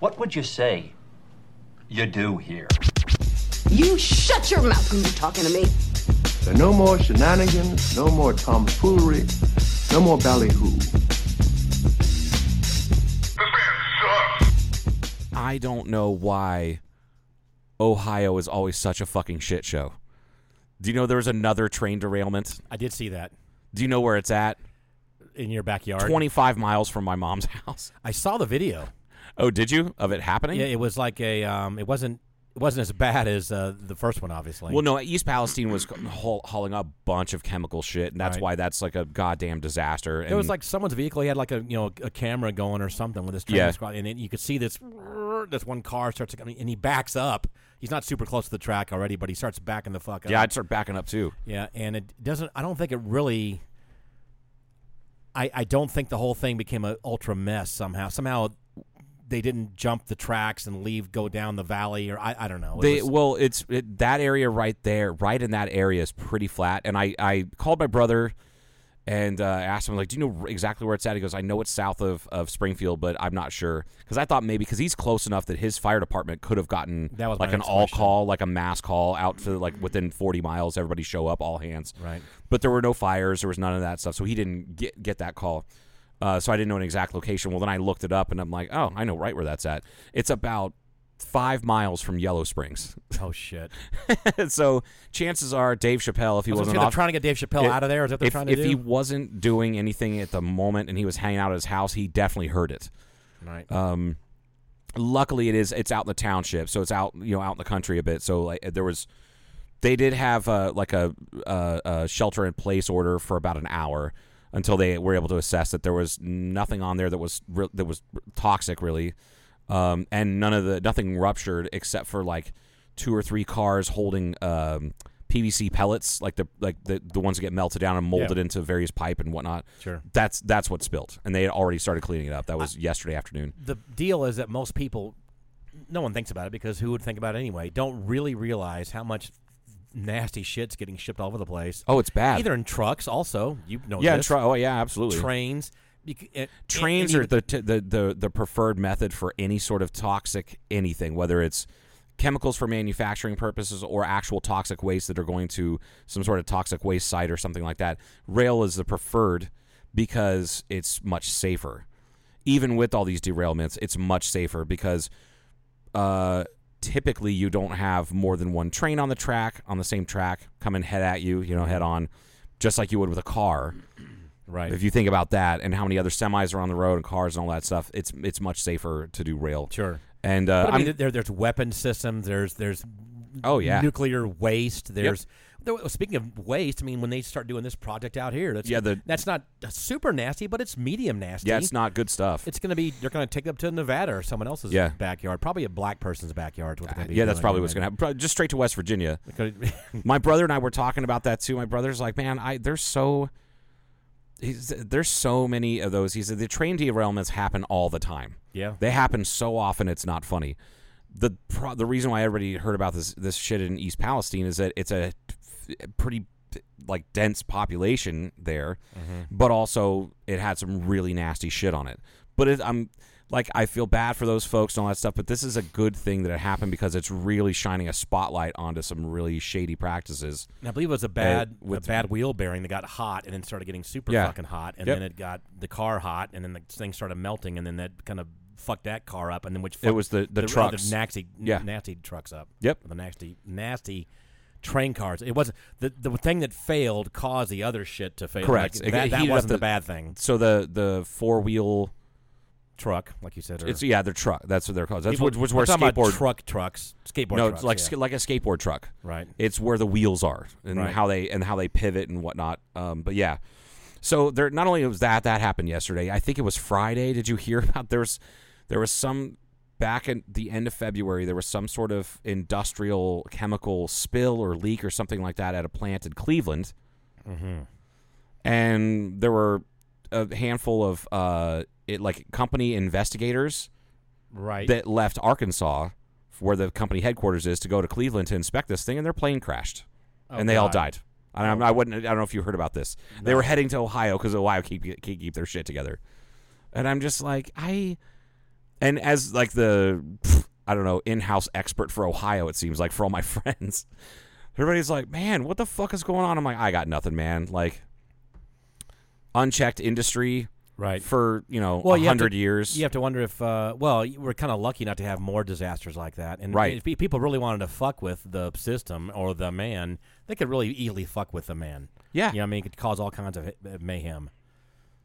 What would you say you do here? You shut your mouth when you're talking to me. There are no more shenanigans, no more tomfoolery, no more ballyhoo. I don't know why Ohio is always such a fucking shit show. Do you know there was another train derailment? I did see that Do you know where it's at? in your backyard. 25 miles from my mom's house. I saw the video. Oh, did you? Of it happening? Yeah, it was like a. Um, it wasn't. It wasn't as bad as uh, the first one, obviously. Well, no, East Palestine was haul- hauling a bunch of chemical shit, and that's Right. why that's like a goddamn disaster. And It was like someone's vehicle. He had like a you know a camera going or something with this train Yeah. was crossing, and then you could see this this one car starts to- and he backs up. He's not super close to the track already, but he starts backing the fuck up. yeah, I'd start backing up too. yeah, and it doesn't. I don't think it really. I I don't think the whole thing became a ultra mess somehow. Somehow they didn't jump the tracks and leave go down the valley or I I don't know. It They, was- well, it's it, that area right there, right in that area is pretty flat. And I, I called my brother and uh, asked him like, "Do you know r- exactly where it's at?" He goes, "I know it's south of, of Springfield, but I'm not sure." Because I thought maybe because he's close enough that his fire department could have gotten That was my like an next all question. call, like a mass call out to like within 40 miles, everybody show up, all hands. Right. But there were no fires, there was none of that stuff, so he didn't get get that call. Uh, so I didn't know an exact location. Well, then I looked it up, and I'm like, "Oh, I know right where that's at. It's about." Five miles from Yellow Springs. oh shit. so chances are Dave Chappelle, if he I was wasn't gonna say they're off- trying to get Dave Chappelle if- out of there. Is that what they're if, trying to if do? he wasn't doing anything at the moment and he was hanging out at his house, he definitely heard it. right. Um, luckily, it is it's out in the township, so it's out you know out in the country a bit. So like there was, they did have uh, like a, uh a shelter in place order for about an hour until they were able to assess that there was nothing on there that was re- that was toxic really, um, and none of the nothing ruptured except for like two or three cars holding. Um, PVC pellets, like the like the, the ones that get melted down and molded into various pipe and whatnot. Sure. that's that's what spilled, and they had already started cleaning it up. That was yesterday afternoon. the deal is that most people, no one thinks about it because who would think about it anyway? Don't really realize how much nasty shit's getting shipped all over the place. Oh, it's bad. either in trucks, also you know, yeah, this, tra- oh yeah, absolutely. trains, bec- and- Trains and are the, t- the the the preferred method for any sort of toxic anything, whether it's chemicals for manufacturing purposes or actual toxic waste that are going to some sort of toxic waste site or something like that. Rail is the preferred because it's much safer. Even with all these derailments, it's much safer because uh, typically you don't have more than one train on the track on the same track coming head at you, you know, head on, just like you would with a car. right. If you think about that and how many other semis are on the road and cars and all that stuff, it's it's much safer to do rail. sure. And uh, But I I'm, mean, there, there's weapon systems. There's there's oh yeah, nuclear waste. There's there- speaking of waste. I mean, when they start doing this project out here, that's Yeah, the- that's not super nasty, but it's medium nasty. yeah, it's not good stuff. It's going to be they're going to take it up to Nevada or someone else's Yeah. backyard, probably a black person's backyard. is What they're gonna be yeah, that's probably what's gonna happen. Probably just straight to West Virginia. going to happen. My brother and I were talking about that too. My brother's like, man, I there's so. He's, there's so many of those. He said the train derailments happen all the time. Yeah. they happen so often it's not funny. The pro- the reason why everybody heard about this this shit in East Palestine is that it's a f- pretty like dense population there, Mm-hmm. but also it had some really nasty shit on it. But it, I'm like I feel bad for those folks and all that stuff. But this is a good thing that it happened because it's really shining a spotlight onto some really shady practices. And I believe it Uh, was a bad with- a bad wheel bearing that got hot and then started getting super Yeah. fucking hot, and Yep. then it got the car hot, and then the thing started melting, and then that kind of fucked that car up, and then which It fucked was the- the other trucks. nasty Yeah. nasty trucks up. Yep. the nasty nasty train cars. It wasn't the the thing that failed caused the other shit to fail. Correct. Like, It- that it that heated up wasn't the, the- bad thing. So the the four wheel, Truck, like you said. Or it's yeah, they're truck. That's what they're called. That's people- what, what's I'm where talking about skateboard truck trucks skateboard. no, trucks, it's like yeah. sk- like a skateboard truck. Right. It's where the wheels are and Right. how they and how they pivot and whatnot. Um, but yeah, so there. Not only was that that happened yesterday. I think it was Friday. Did you hear about there's there was some back in the end of February there was some sort of industrial chemical spill or leak or something like that at a plant in Cleveland, Mm-hmm. and there were a handful of uh, it like company investigators right. that left Arkansas, where the company headquarters is, to go to Cleveland to inspect this thing, and their plane crashed, and they all Oh, God. Oh. died. And I'm, I wouldn't. I don't know if you heard about this. They were heading to Ohio because Ohio keep, keep keep their shit together, and I'm just like I. and as like the pff, I don't know in-house expert for Ohio, it seems like for all my friends, everybody's like, "Man, what the fuck is going on?" I'm like, "I got nothing, man." Like unchecked industry Right. for you know Well, a you have to- hundred years. You have to wonder if, uh, well, you- we're kind of lucky not to have more disasters like that. And Right. if pe- people really wanted to fuck with the system or the man, they could really easily fuck with the man. Yeah. You know what I mean? It could cause all kinds of hi- mayhem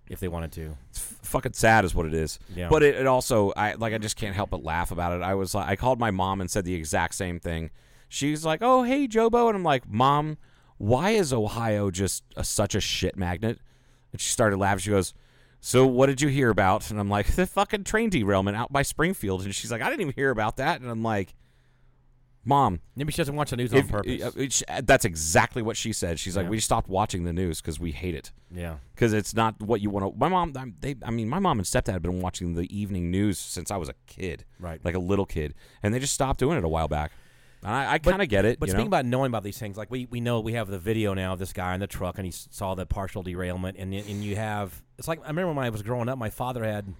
if they wanted to. it's f- fucking sad is what it is. Yeah. But it, it also I like I just can't help but laugh about it. I was like I called my mom and said the exact same thing. She's like, "Oh, hey, Jobo," and I'm like, "Mom, why is Ohio just a, such a shit magnet?" And she started laughing. She goes, "So what did you hear about?" And I'm like, "The fucking train derailment out by Springfield." And she's like, "I didn't even hear about that." And I'm like, "Mom, Maybe she doesn't watch the news on if- purpose. uh, it's- that's exactly what she said." She's like, Yeah. "We stopped watching the news because we hate it." yeah. because it's not what you want to. My mom, I'm- they, I mean, my mom and stepdad have been watching the evening news since I was a kid, Right. Like a little kid, and they just stopped doing it a while back. And I, I kind of get it, But you know? speaking about knowing about these things, like we, we know we have the video now of this guy in the truck and he s- saw the partial derailment and y- and you have it's like I remember when I was growing up, my father had,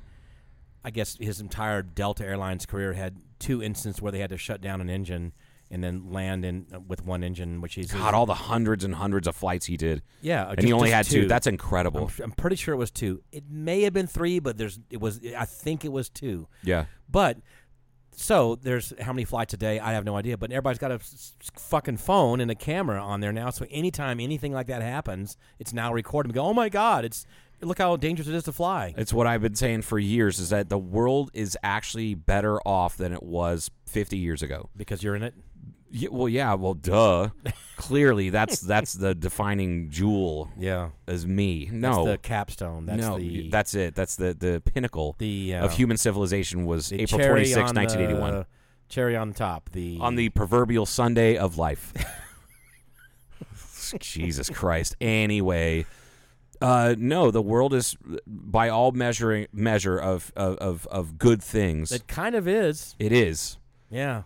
I guess his entire Delta Airlines career had two instances where they had to shut down an engine and then land in uh, with one engine, which he's God, all the hundreds and hundreds of flights he did, yeah, uh, and just- he only just had two. That's incredible. I'm, su- I'm pretty sure it was two. It may have been three, but there's it was I think it was two. yeah, But so there's how many flights a day? I have no idea. But everybody's got a s- s- fucking phone and a camera on there now. So anytime anything like that happens, it's now recorded. We go, oh my god, it's look how dangerous it is to fly. it's what I've been saying for years: is that the world is actually better off than it was 50 years ago. Because you're in it, Yeah, well, yeah, well, duh. Clearly, that's that's the defining jewel. yeah. As me, That's no, the capstone. That's no, the that's it. That's the the pinnacle The, uh, of human civilization was the April cherry twenty sixth, on 1981, the- Cherry on top. The on the proverbial Sunday of life. Jesus Christ. Anyway, uh, no, the world is by all measuring measure of of of, of good things. it kind of is. it is, Yeah,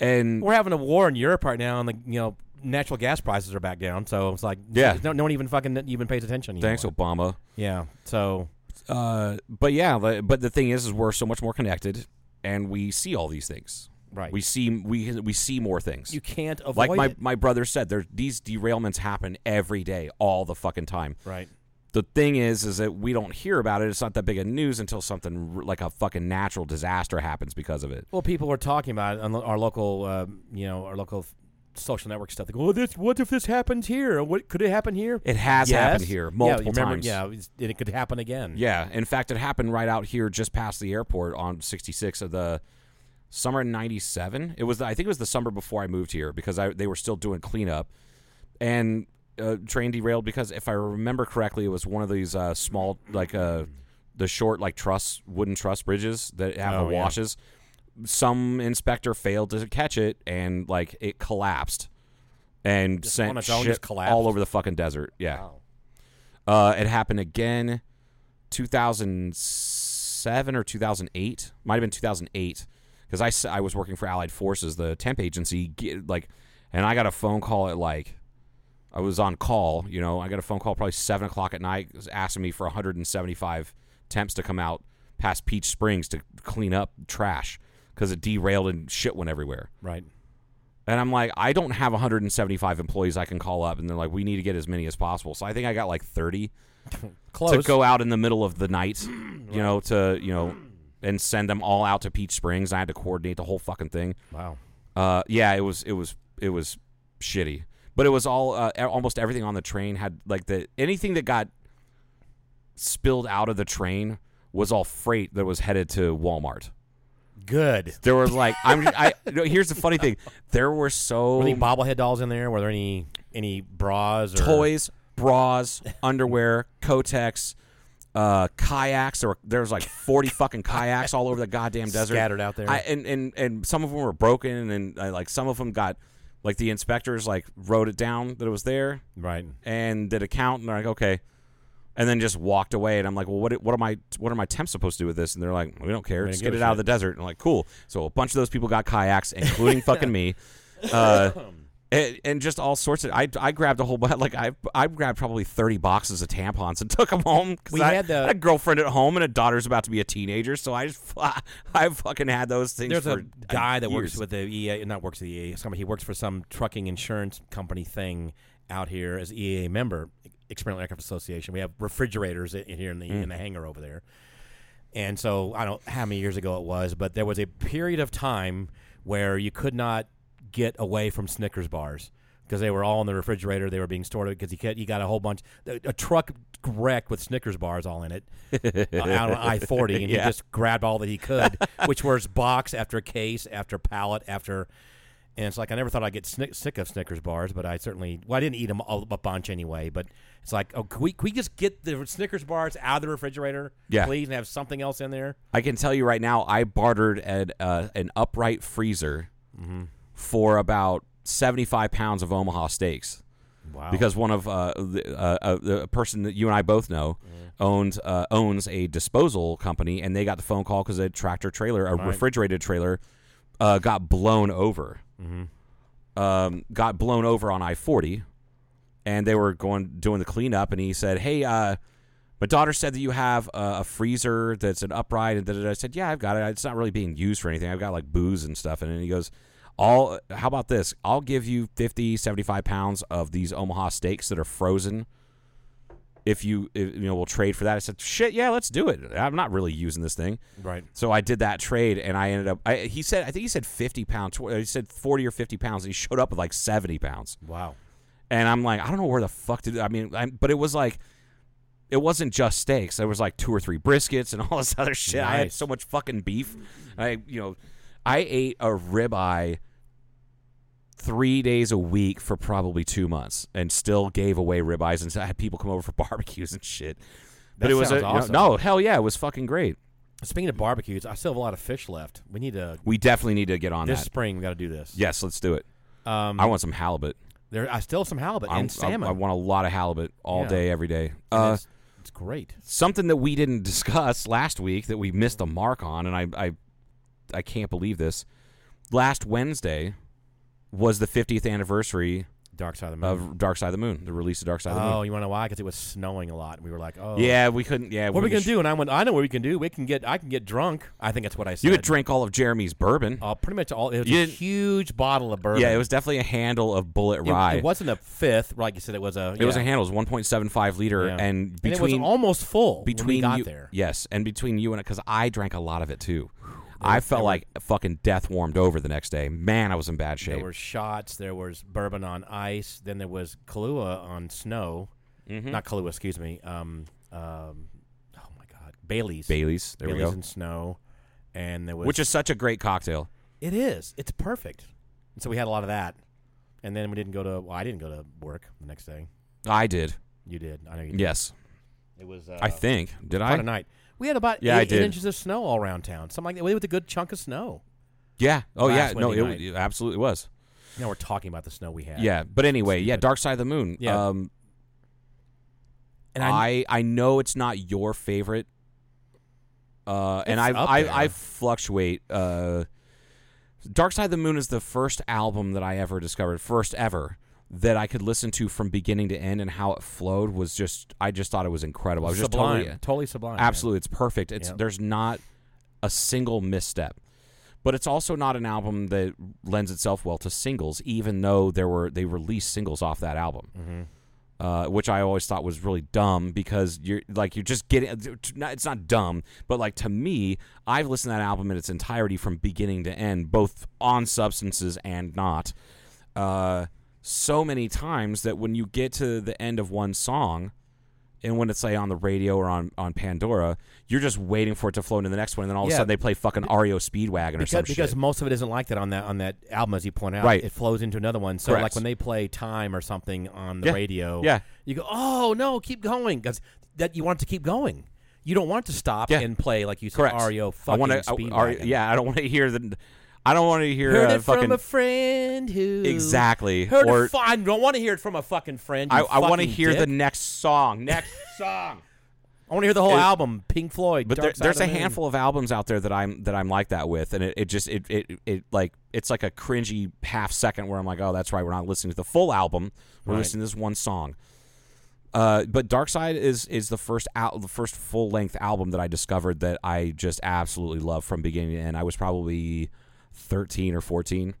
and we're having a war in Europe right now, and the you know natural gas prices are back down. So it's like Yeah. no, no one even fucking even pays attention. Anymore. thanks, Obama. Yeah. So Uh, but yeah, but but the thing is, is we're so much more connected, and we see all these things. Right. We see we we see more things. you can't avoid like my, it. my brother said there these derailments happen every day all the fucking time Right. the thing is is that we don't hear about it it's not that big of news until something r- like a fucking natural disaster happens because of it Well, people were talking about it on lo- our local, um, you know, our local f- social network stuff. They go, "Oh, this, what if this happens here? What could it happen here? it has Yes. happened here multiple yeah, you remember, times Yeah, it's- and it could happen again. yeah in fact it happened right out here just past the airport on 66 of the summer 97 it was the, i think it was the summer before i moved here because I, they were still doing cleanup and uh, train derailed because if i remember correctly it was one of these uh, small like uh, the short like truss wooden truss bridges that have Oh, the yeah. washes some inspector failed to catch it and like it collapsed and Just on sent its own, shit just collapsed? all over the fucking desert yeah uh, it happened again 2007 or 2008. Might have been 2008 because I, s- I was working for Allied Forces, the temp agency. Get, like, and I got a phone call at like I was on call. You know, I got a phone call probably seven o'clock at night asking me for 175 temps to come out past Peach Springs to clean up trash because it derailed and shit went everywhere. Right. And I'm like, I don't have 175 employees I can call up, and they're like, we need to get as many as possible. So I think I got like 30 Close. to go out in the middle of the night, you know, to you know, and send them all out to Peach Springs. I had to coordinate the whole fucking thing. Wow. Uh, yeah, it was it was it was shitty, but it was all uh, e- almost everything on the train had like the anything that got spilled out of the train was all freight that was headed to Walmart. Good. There was like I'm I no, here's the funny thing. There were so Were any bobblehead dolls in there? Were there any any bras or toys, bras, underwear, Kotex, uh, kayaks. There were, there was like forty fucking kayaks all over the goddamn desert, Scattered out there. I, and and and some of them were broken, and uh, like some of them got like the inspectors like wrote it down that it was there Right. and did a count, and they're like, okay. And then just walked away, and I'm like, "Well, what? What am I? What are my temps supposed to do with this?" And they're like, "We don't care. Just give get it a out of the desert." And I'm like, "Cool." So a bunch of those people got kayaks, including fucking me. Uh, and, and just all sorts of. I, I grabbed a whole bunch. Like I I grabbed probably thirty boxes of tampons and took them home because We I, had the- I a girlfriend at home and a daughter's about to be a teenager. So I just I fucking had those things. There's for uh, a guy that works years. with the EA, not works at the E EA. Somebody he works for some trucking insurance company thing out here as EA member, Experimental Aircraft Association. We have refrigerators i- in here in the Mm. in the hangar over there, and so I don't how many years ago it was, but there was a period of time where you could not get away from Snickers bars because they were all in the refrigerator. They were being stored because you could, you got a whole bunch a, a truck wrecked with Snickers bars all in it uh, out on I forty, and he Yeah. just grabbed all that he could, which was box after case after pallet after. And it's like I never thought I'd get snick, sick of Snickers bars, but I certainly well I didn't eat them all, a bunch anyway. But it's like oh, can we can we just get the Snickers bars out of the refrigerator, Yeah. please, and have something else in there. I can tell you right now, I bartered at uh, an upright freezer for about seventy five pounds of Omaha steaks. Wow, because one of uh, the, uh, uh, the person that you and I both know owned uh, owns a disposal company, and they got the phone call because a tractor trailer, a refrigerated trailer, uh, got blown over. Um, got blown over on I forty, and they were going doing the cleanup, and he said, "Hey, uh, my daughter said that you have a, a freezer that's an upright." And da-da-da. I said, "Yeah, I've got it. It's not really being used for anything. I've got like booze and stuff." in it." And he goes, "All how about this? I'll give you 50, 75 pounds of these Omaha steaks that are frozen." If you, if, you know, we'll trade for that. I said, "Shit, yeah, let's do it." I'm not really using this thing, Right. So I did that trade, and I ended up. I, he said, I think he said 50 pounds. Tw- he said 40 or 50 pounds. And he showed up with like 70 pounds wow, and I'm like, I don't know where the fuck to. I mean, I, but it was like, it wasn't just steaks. There was like two or three briskets and all this other shit. I had Nice. so much fucking beef. I, you know, I ate a ribeye three days a week for probably two months, and still gave away ribeyes, and so I had people come over for barbecues and shit. but That it was a, sounds you know, awesome. no hell yeah, it was fucking great. Speaking of barbecues, I still have a lot of fish left. We need to We definitely need to get on this that. spring. We got to do this. Yes, let's do it. Um, I want some halibut there. I still have some halibut I'm- and salmon. I, I want a lot of halibut all Yeah. day, every day. And Uh, it's, it's great. something that we didn't discuss last week that we missed the mark on, and I I, I can't believe this. Last Wednesday was the 50th anniversary Dark side of the moon. of Dark Side of the Moon, the release of Dark Side of the oh, Moon. you want to know why? Because it was snowing a lot, and we were like, oh, Yeah, we couldn't. Yeah, What are we gonna sh- do? And I went. I know what we can do. We can get. I can get drunk. I think that's what I said. You could drink all of Jeremy's bourbon. Uh, pretty much all. It was You a didn't- huge bottle of bourbon. yeah, it was definitely a handle of Bullet It, Rye. it wasn't a fifth, like you said. It was a. It was a handle. It was 1.75 liter, and it was between almost full between when we got you, there. yes, and between you and it, because I drank a lot of it too. I felt like fucking death warmed over the next day. Man, I was in bad shape. There were shots. There was bourbon on ice. Then there was Kahlua on snow. Mm-hmm. Not Kahlua, excuse me. Um, um, oh my God, Bailey's. Bailey's. There Bailey's we go. and snow, and there was which is such a great cocktail. It is. It's perfect. And so we had a lot of that. And then we didn't go to. Well, I didn't go to work the next day. I did. You did. I know you did. Yes, It was. Uh, I think. Did quite a I? night. We had about Yeah, I eight, eight did. inches of snow all around town. Something like that. It was a good chunk of snow. Yeah. Oh yeah. Last No, Wednesday it, night. it absolutely was. Now we're talking about the snow we had. Yeah. But anyway, yeah. Dark Side of the Moon. Yeah. Um, And I, I I know it's not your favorite. Uh, and It's I up there. I, I fluctuate. Uh, Dark Side of the Moon is the first album that I ever discovered, first ever that I could listen to from beginning to end, and how it flowed was just I just thought it was incredible. I was just sublime. totally sublime. man. Absolutely, it's perfect. It's Yeah. there's not a single misstep. But it's also not an album that lends itself well to singles, even though there were they released singles off that album, uh, which I always thought was really dumb because you're like you're just getting. It's not dumb, but like to me, I've listened to that album in its entirety from beginning to end, both on substances and not, uh, so many times that when you get to the end of one song, and when it's like on the radio or on, on Pandora, you're just waiting for it to flow into the next one, and then all of a Yeah. sudden they play fucking REO Speedwagon or Because, some because shit. most of it isn't like that on that on that album, as you point out. Right. It flows into another one. So Correct. like when they play time or something on the Yeah. radio, Yeah. you go, oh no, keep going because that you want it to keep going. You don't want it to stop Yeah. and play like you said, Correct. REO I fucking want to. Speedwagon. yeah, I don't want to hear the. I don't want to hear Heard uh, it fucking. from a friend who Exactly. Heard Or- it. Fi- I don't want to hear it from a fucking friend. I, You I want to fucking hear the dick. next song. Next song. I want to hear the whole It- album, Pink Floyd. But Dark there, Side there's of a the Moon. handful of albums out there that I'm that I'm like that with, and it, it just it, it it like it's like a cringy half second where I'm like, oh, that's right, we're not listening to the full album, we're Right. listening to this one song. Uh, but Dark Side is is the first out the first full length album that I discovered that I just absolutely love from beginning to end. I was probably 13 or 14,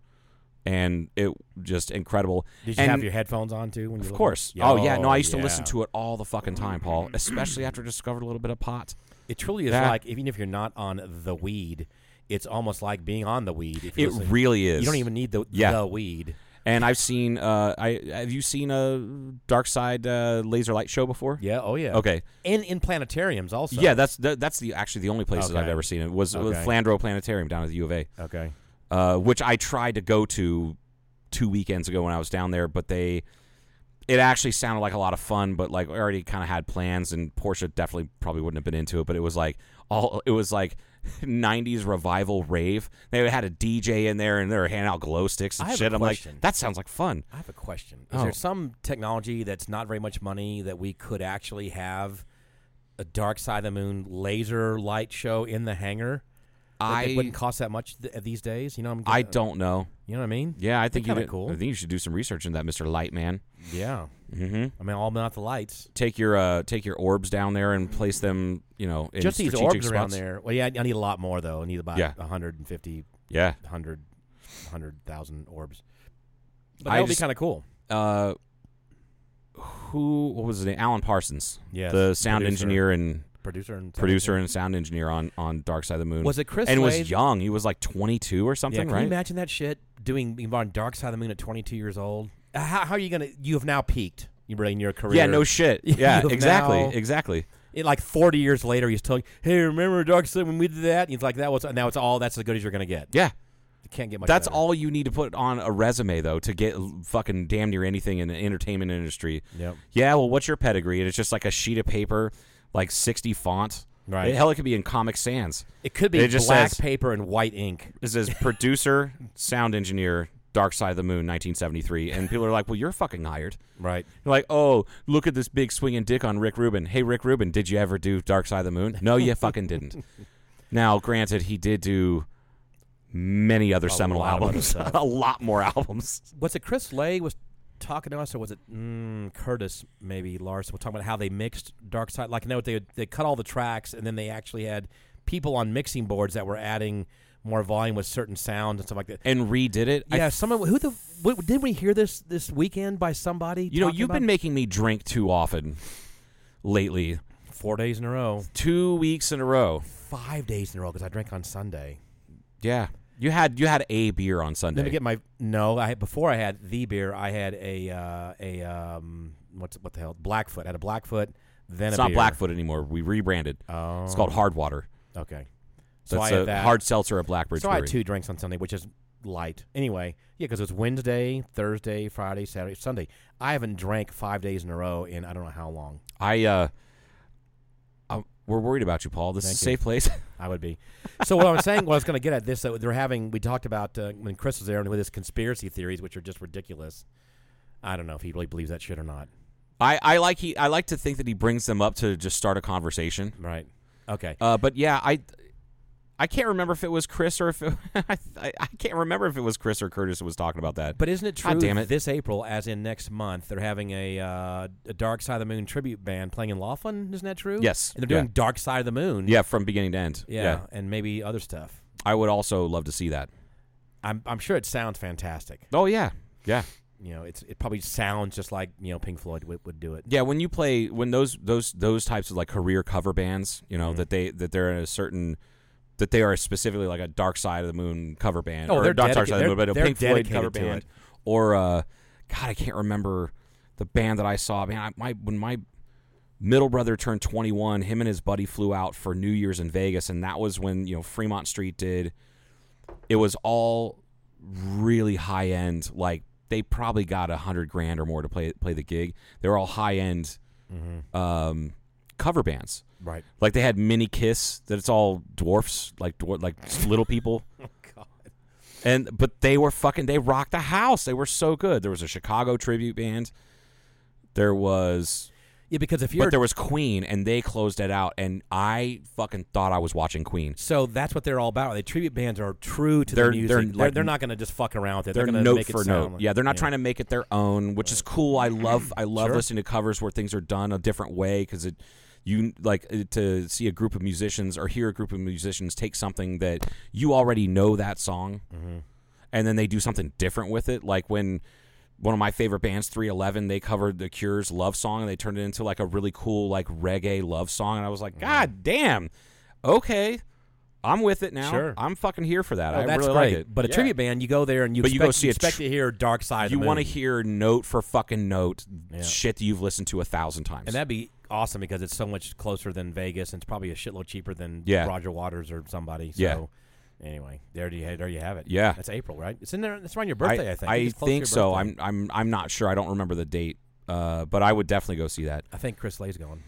and it just incredible. Did you and have your headphones on too? When you of course. Oh yeah, no, I used to listen to it all the fucking time, Paul. Especially after I discovered a little bit of pot. It truly is Yeah. like even if you're not on the weed, it's almost like being on the weed. If you're It listening. really is. you don't even need the Yeah. the weed. And I've seen. Uh, I have you seen a Dark Side uh, laser light show before? Yeah. Oh yeah. Okay. And in planetariums also. Yeah, that's that, that's the actually the only places I've Okay. ever seen it was, was Okay. Flandreau Planetarium down at the U of A, Okay. uh, which I tried to go to two weekends ago when I was down there, but they. It actually sounded like a lot of fun, but like I already kind of had plans, and Portia definitely probably wouldn't have been into it. But it was like all it was like '90s revival rave. They had a DJ in there, and they were handing out glow sticks and I have a shit. I'm like, question. that sounds like fun. I have a question. Is Oh. there some technology that's not very much money that we could actually have a dark side of the moon laser light show in the hangar? Like, I it wouldn't cost that much th- uh, these days. You know, what I'm. I getting- don't know. You know what I mean? Yeah, I think you kinda did- cool. I think you should do some research into that, Mister Lightman. Yeah. Mm-hmm. I mean, all about the lights. Take your uh, take your orbs down there and place them. You know, in Just these strategic orbs around spots. there. Well, yeah, I need a lot more though. I need about Yeah. 150, Yeah. 100, 100,000 orbs. But I that would be just- kind of cool. Uh, who? What was his name? Alan Parsons, Yeah. the sound producer- engineer and producer, and producer and sound engineer on on Dark Side of the Moon. Was it Chris And Slade? was young. He was like 22 or Yeah, something, can you right? imagine that shit doing being on Dark Side of the Moon at 22 years old? Uh, How, how are you gonna? You have now peaked. You really in your career. yeah. No shit. You Yeah. have exactly. now- Exactly. It, like 40 years later, he's telling, "Hey, remember Dark Side when we did that?" And he's like, "That was now. It's all. That's as good as you're gonna get. Yeah. You can't get much. That's better. all you need to put on a resume, though, to get l- fucking damn near anything in the entertainment industry. Yep. Yeah. Well, what's your pedigree? And it's just like a sheet of paper, like sixty font. Right. Hell, it could be in Comic Sans. It could be It just black says- paper and white ink. It says producer, sound engineer, Dark Side of the Moon, 1973, and people are like, "Well, you're fucking hired." Right. You're like, "Oh, look at this big swinging dick on Rick Rubin." Hey, Rick Rubin, did you ever do Dark Side of the Moon? No, you fucking didn't. Now, granted, he did do many other seminal lot of other albums, stuff. a lot more albums. Was it Chris Lay was talking to us, or was it mm, Curtis? Maybe Lars. We're talking about how they mixed Dark Side. Like, no, they they cut all the tracks, and then they actually had people on mixing boards that were adding more volume with certain sounds and stuff like that. and redid it. I- yeah, someone who the what, did we hear this this weekend by somebody? you know, talking you've been about- making me drink too often lately. four days in a row, Two weeks in a row. five days in a row because I drank on Sunday. Yeah. You had you had a beer on Sunday. Let me get my no. I had, before I had the beer, I had a uh, a um what's what the hell Blackfoot. I had a Blackfoot. Then it's a not beer. Blackfoot anymore. We rebranded. Oh, It's called Hard Water. Okay. So So it's I had a that. hard seltzer at Blackbridge so I Brewery. had two drinks on Sunday, which is light. Anyway, yeah, because it's Wednesday, Thursday, Friday, Saturday, Sunday. I haven't drank five days in a row in I don't know how long. I uh, um, we're worried about you, Paul. This Thank is a you. safe place. I would be. So what I was saying, what I was going to get at this, that they're having. We talked about uh, when Chris was there and with his conspiracy theories, which are just ridiculous. I don't know if he really believes that shit or not. I, I like he I like to think that he brings them up to just start a conversation. Right. Okay. Uh, but yeah, I I can't remember if it was Chris or if it, I, I can't remember if it was Chris or Curtis who was talking about that. But isn't it true? God damn it. This April, as in next month, they're having a, uh, a Dark Side of the Moon tribute band playing in Laughlin. Isn't that true? Yes. And they're doing Yeah. Dark Side of the Moon. yeah, from beginning to end. Yeah, And maybe other stuff. I would also love to see that. I'm I'm sure it sounds fantastic. Oh yeah, yeah, You know, it's it probably sounds just like you know Pink Floyd would, would do it. yeah. When you play, when those those those types of like career cover bands, you Mm-hmm. know that they that they're in a certain that they are specifically like a Dark Side of the Moon cover band. Oh, or they're not Dark dedica- Side of the Moon, they're- but a they're Pink Floyd dedicated cover to band. it. Or uh, God, I can't remember the band that I saw. Man, I, my when my middle brother turned 21, him and his buddy flew out for New Year's in Vegas, and that was when you know Fremont Street did. It was all really high end. Like they probably got a hundred grand or more to play play the gig. They were all high end Mm-hmm. um, cover bands. Right. Like they had mini kiss that it's all dwarfs, like dwar- like little people. God. And but they were fucking they rocked the house. They were so good. There was a Chicago tribute band. There was Yeah, because if you're But there was Queen, and they closed it out, and I fucking thought I was watching Queen. so that's what they're all about. The tribute bands are true to They're- the music. they're They're, they're, like- not going to just fuck around with it. They're, going to note make it for sound note. like- yeah, they're not trying to make it their own, which is cool. I love I love Sure. listening to covers where things are done a different way because it you like uh, to see a group of musicians or hear a group of musicians take something that you already know that song, Mm-hmm. and then they do something different with it. Like when one of my favorite bands, Three Eleven, they covered The Cure's "Love Song" and they turned it into like a really cool like reggae love song, and I was Mm-hmm. like, God damn, okay. I'm with it now. Sure. I'm fucking here for that. Oh, I that's really great. like it. But a Yeah. tribute band, you go there and you But you expect, go see a expect tr- to hear Dark Side. of the you want to Moon. hear note for fucking note Yeah. shit that you've listened to a thousand times. and that'd be awesome because it's so much closer than Vegas and it's probably a shitload cheaper than Yeah. Roger Waters or somebody. So Yeah. Anyway, there you there you have it. Yeah. that's April, right? It's in there. It's around your birthday, I, think. It's close to your so. birthday. I'm I'm I'm not sure. I don't remember the date. Uh, but I would definitely go see that. I think Chris Lay's going.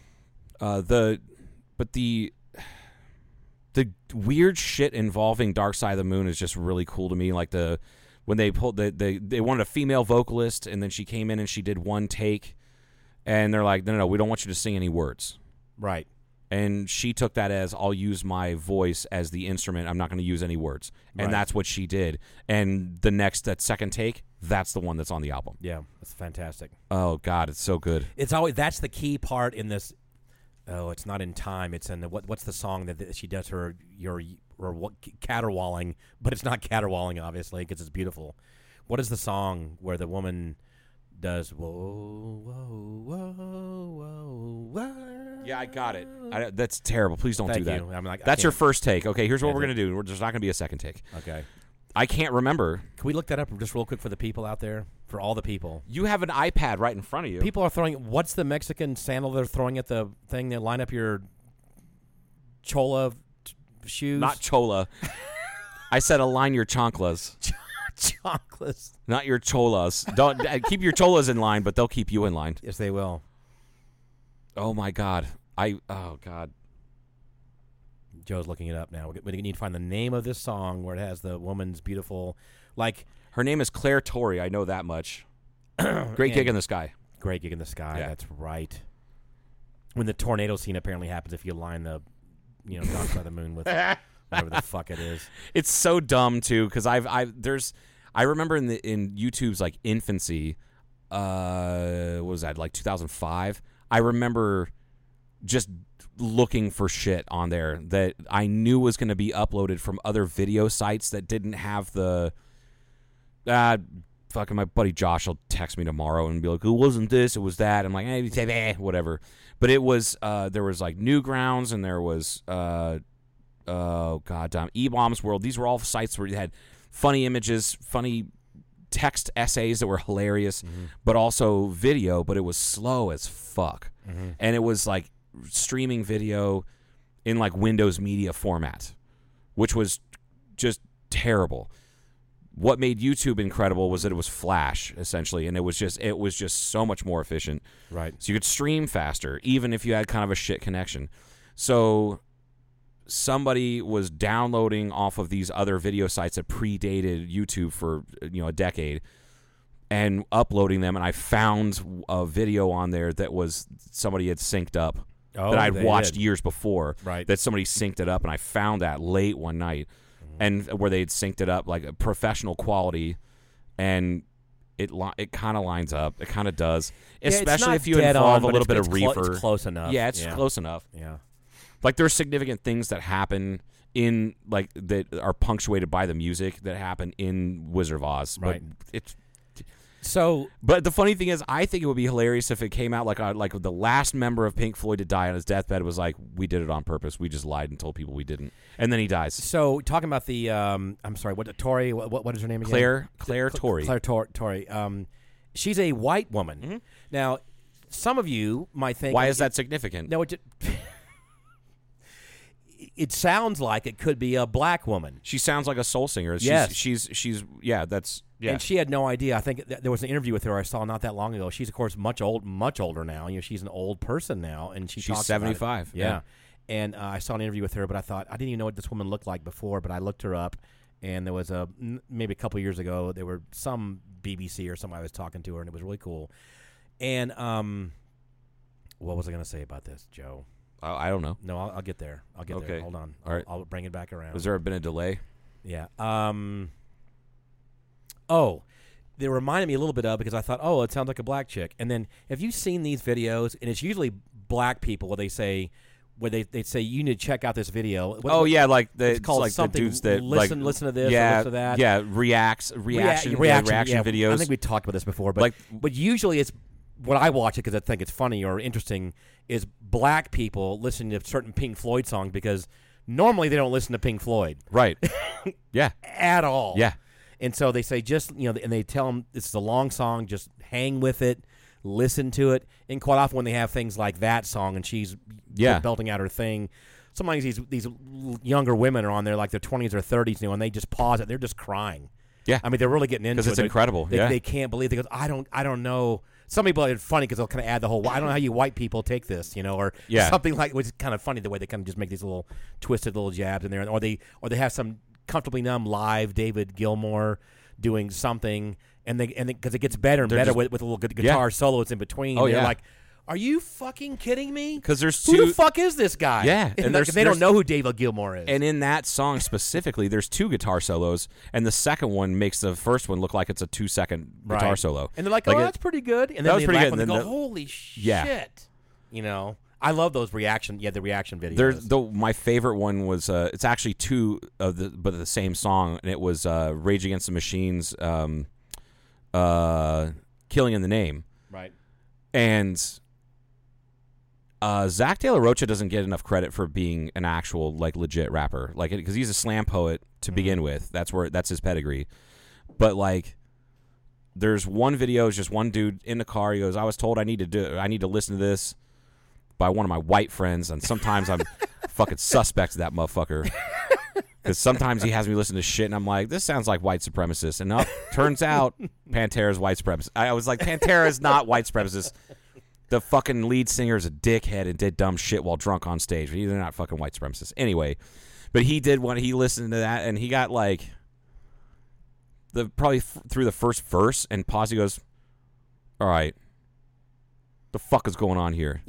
Uh, the but the the weird shit involving Dark Side of the Moon is just really cool to me. Like the when they pulled the, they they wanted a female vocalist and then she came in and she did one take and they're like, no, no, no, we don't want you to sing any words. Right. and she took that as I'll use my voice as the instrument. I'm not going to use any words, and Right. that's what she did. And the next that second take, that's the one that's on the album. Yeah, that's fantastic. Oh God, it's so good. It's always that's the key part in this. Oh, it's not in time. It's in the, what? What's the song that, that she does her your or what caterwauling? But it's not caterwauling, obviously, because it's beautiful. What is the song where the woman does whoa whoa whoa whoa whoa? Yeah, I got it. I, that's terrible. Please don't Thank do that. you. I'm like, I that's your can't- first take. Okay, here's what Yeah, we're that- gonna do. We're, there's not gonna be a second take. Okay, I can't remember. can we look that up just real quick for the people out there? For all the people, You have an iPad right in front of you. people are throwing. What's the Mexican sandal they're throwing at the thing? They line up your chola t- shoes. not chola. I said align your chonklas, chocolates. not your cholas. Don't uh, keep your cholas in line, but they'll keep you in line. Yes, they will. Oh my God. I oh God. Joe's looking it up now. We- We need to find the name of this song where it has the woman's beautiful, like Her name is Claire Torrey. I know that much. Great gig in the sky. great gig in the sky. Yeah. That's right. When the tornado scene apparently happens, if you line the, you know, Dark Side of the Moon with whatever the fuck it is. It's so dumb too because I've I there's I remember in the in YouTube's like infancy, uh, what was that like 2005? I remember just looking for shit on there that I knew was going to be uploaded from other video sites that didn't have the. Uh, fucking my buddy Josh will text me tomorrow and be like, "It wasn't this, it was that." I'm like, eh, it's- eh, whatever. But it was uh, there was like Newgrounds and there was uh, oh god damn E Bombs World. These were all sites where you had funny images, funny text essays that were hilarious, but also video. But it was slow as fuck, and it was like streaming video in like Windows Media format, which was just terrible. What made YouTube incredible was that it was Flash essentially, and it was just it was just so much more efficient. Right. So you could stream faster, even if you had kind of a shit connection. So somebody was downloading off of these other video sites that predated YouTube for you know a decade and uploading them and I found a video on there that was somebody had synced up Oh, that I'd they watched did. years before Right. that somebody synced it up and I found that late one night Mm. and where they'd synced it up like a professional quality and it li- it kind of lines up it kind of does especially if you involve a little bit of reefer It's close enough. yeah it's close enough Yeah. like there's significant things that happen in like that are punctuated by the music that happen in Wizard of Oz. Right. But it's So but the funny thing is, I think it would be hilarious if it came out like uh, like the last member of Pink Floyd to die on his deathbed was like, we did it on purpose. We just lied and told people we didn't, and then he dies. so talking about the um, I'm sorry, what Tori? What, what- what is her name again? Claire Claire Cl- Torrey. Claire Tor- Torrey. Um, she's a white woman. Now, some of you might think, Mm-hmm. "Oh, Why is that significant? No, it. ju- it sounds like it could be a black woman. She sounds like a soul singer. She's, Yes. she's she's yeah. That's yeah. And she had no idea. I think th- there was an interview with her I saw not that long ago. She's of course much old, much older now. You know, she's an old person now, and she She's talks about it. 75, Yeah. yeah. And uh, I saw an interview with her, but I thought I didn't even know what this woman looked like before. But I looked her up, and there was a n- maybe a couple years ago there were some BBC or somebody was talking to her, and it was really cool. And um, What was I going to say about this, Joe? I, I don't know. No, I'll, I'll get there. I'll get Okay. there. Hold on. All right. I'll, I'll bring it back around. Has there been a delay? Yeah. Um. Oh, they reminded me a little bit of because I thought, oh, it sounds like a black chick. And then, have you seen these videos? And it's usually black people where they say, where they they say you need to check out this video. What- oh yeah, like the it's called like the something, dudes that listen- like, listen to this or yeah, listen to that. yeah, reacts, Rea- reaction, yeah, reaction, reaction yeah. videos. I think we talked about this before, but Like- but usually it's when I watch it because I think it's funny or interesting is black people listening to certain Pink Floyd songs because normally they don't listen to Pink Floyd. right. yeah, at all. Yeah. And so they say just you know, and they tell them it's a long song. Just hang with it, listen to it. And quite often when they have things like that song, and she's Yeah. belting out her thing. Sometimes these these l- younger women are on there like their twenties or thirties now, and they just pause it. They're just crying. Yeah. I mean they're really getting into it. 'Cause it's They- incredible, They, yeah. they can't believe. They go, I don't, I don't know. Some people it's funny because they'll kind of add the whole. "Well, I don't know how you white people take this, you know, or Yeah. something like. Which is kind of funny the way they kind of just make these little twisted little jabs in there, or they or they have some comfortably numb live David Gilmour doing something, and they and because it gets better and They're better just- with, with a little gu- Yeah. guitar solo it's in between. Oh, they're yeah. like, are you fucking kidding me? 'Cause there's who two- the fuck is this guy? Yeah, and and, like, there's- they there's- don't know who David Gilmour is. and in that song specifically, there's two guitar solos, and the second one makes the first one look like it's a two second guitar Right. solo. And they're like, Like "Oh, it- that's pretty good." And then that was they pretty laugh good, and they and go, then the- "Holy Yeah. shit!" You know, I love those reaction. Yeah, the reaction videos. There's the my favorite one was uh, it's actually two of the but the same song, and it was uh, Rage Against the Machines, um, uh, Killing in the Name, right. and uh, Zach De La Rocha doesn't get enough credit for being an actual like legit rapper, like because he's a slam poet to begin with. That's where that's his pedigree, but like. There's one video, it's just one dude in the car. He goes, "I was told I need to do, I need to listen to this by one of my white friends, and sometimes I'm fucking suspect of that motherfucker. Because sometimes he has me listen to shit, and I'm like, this sounds like white supremacist. And up, turns out Pantera's white supremacist. I I was like, Pantera's not white supremacist. The fucking lead singer is a dickhead and did dumb shit while drunk on stage. They're not fucking white supremacists. Anyway, but he did one. He listened to that, and he got like the probably f- through the first verse, and pause. He goes, "All right, the fuck is going on here?"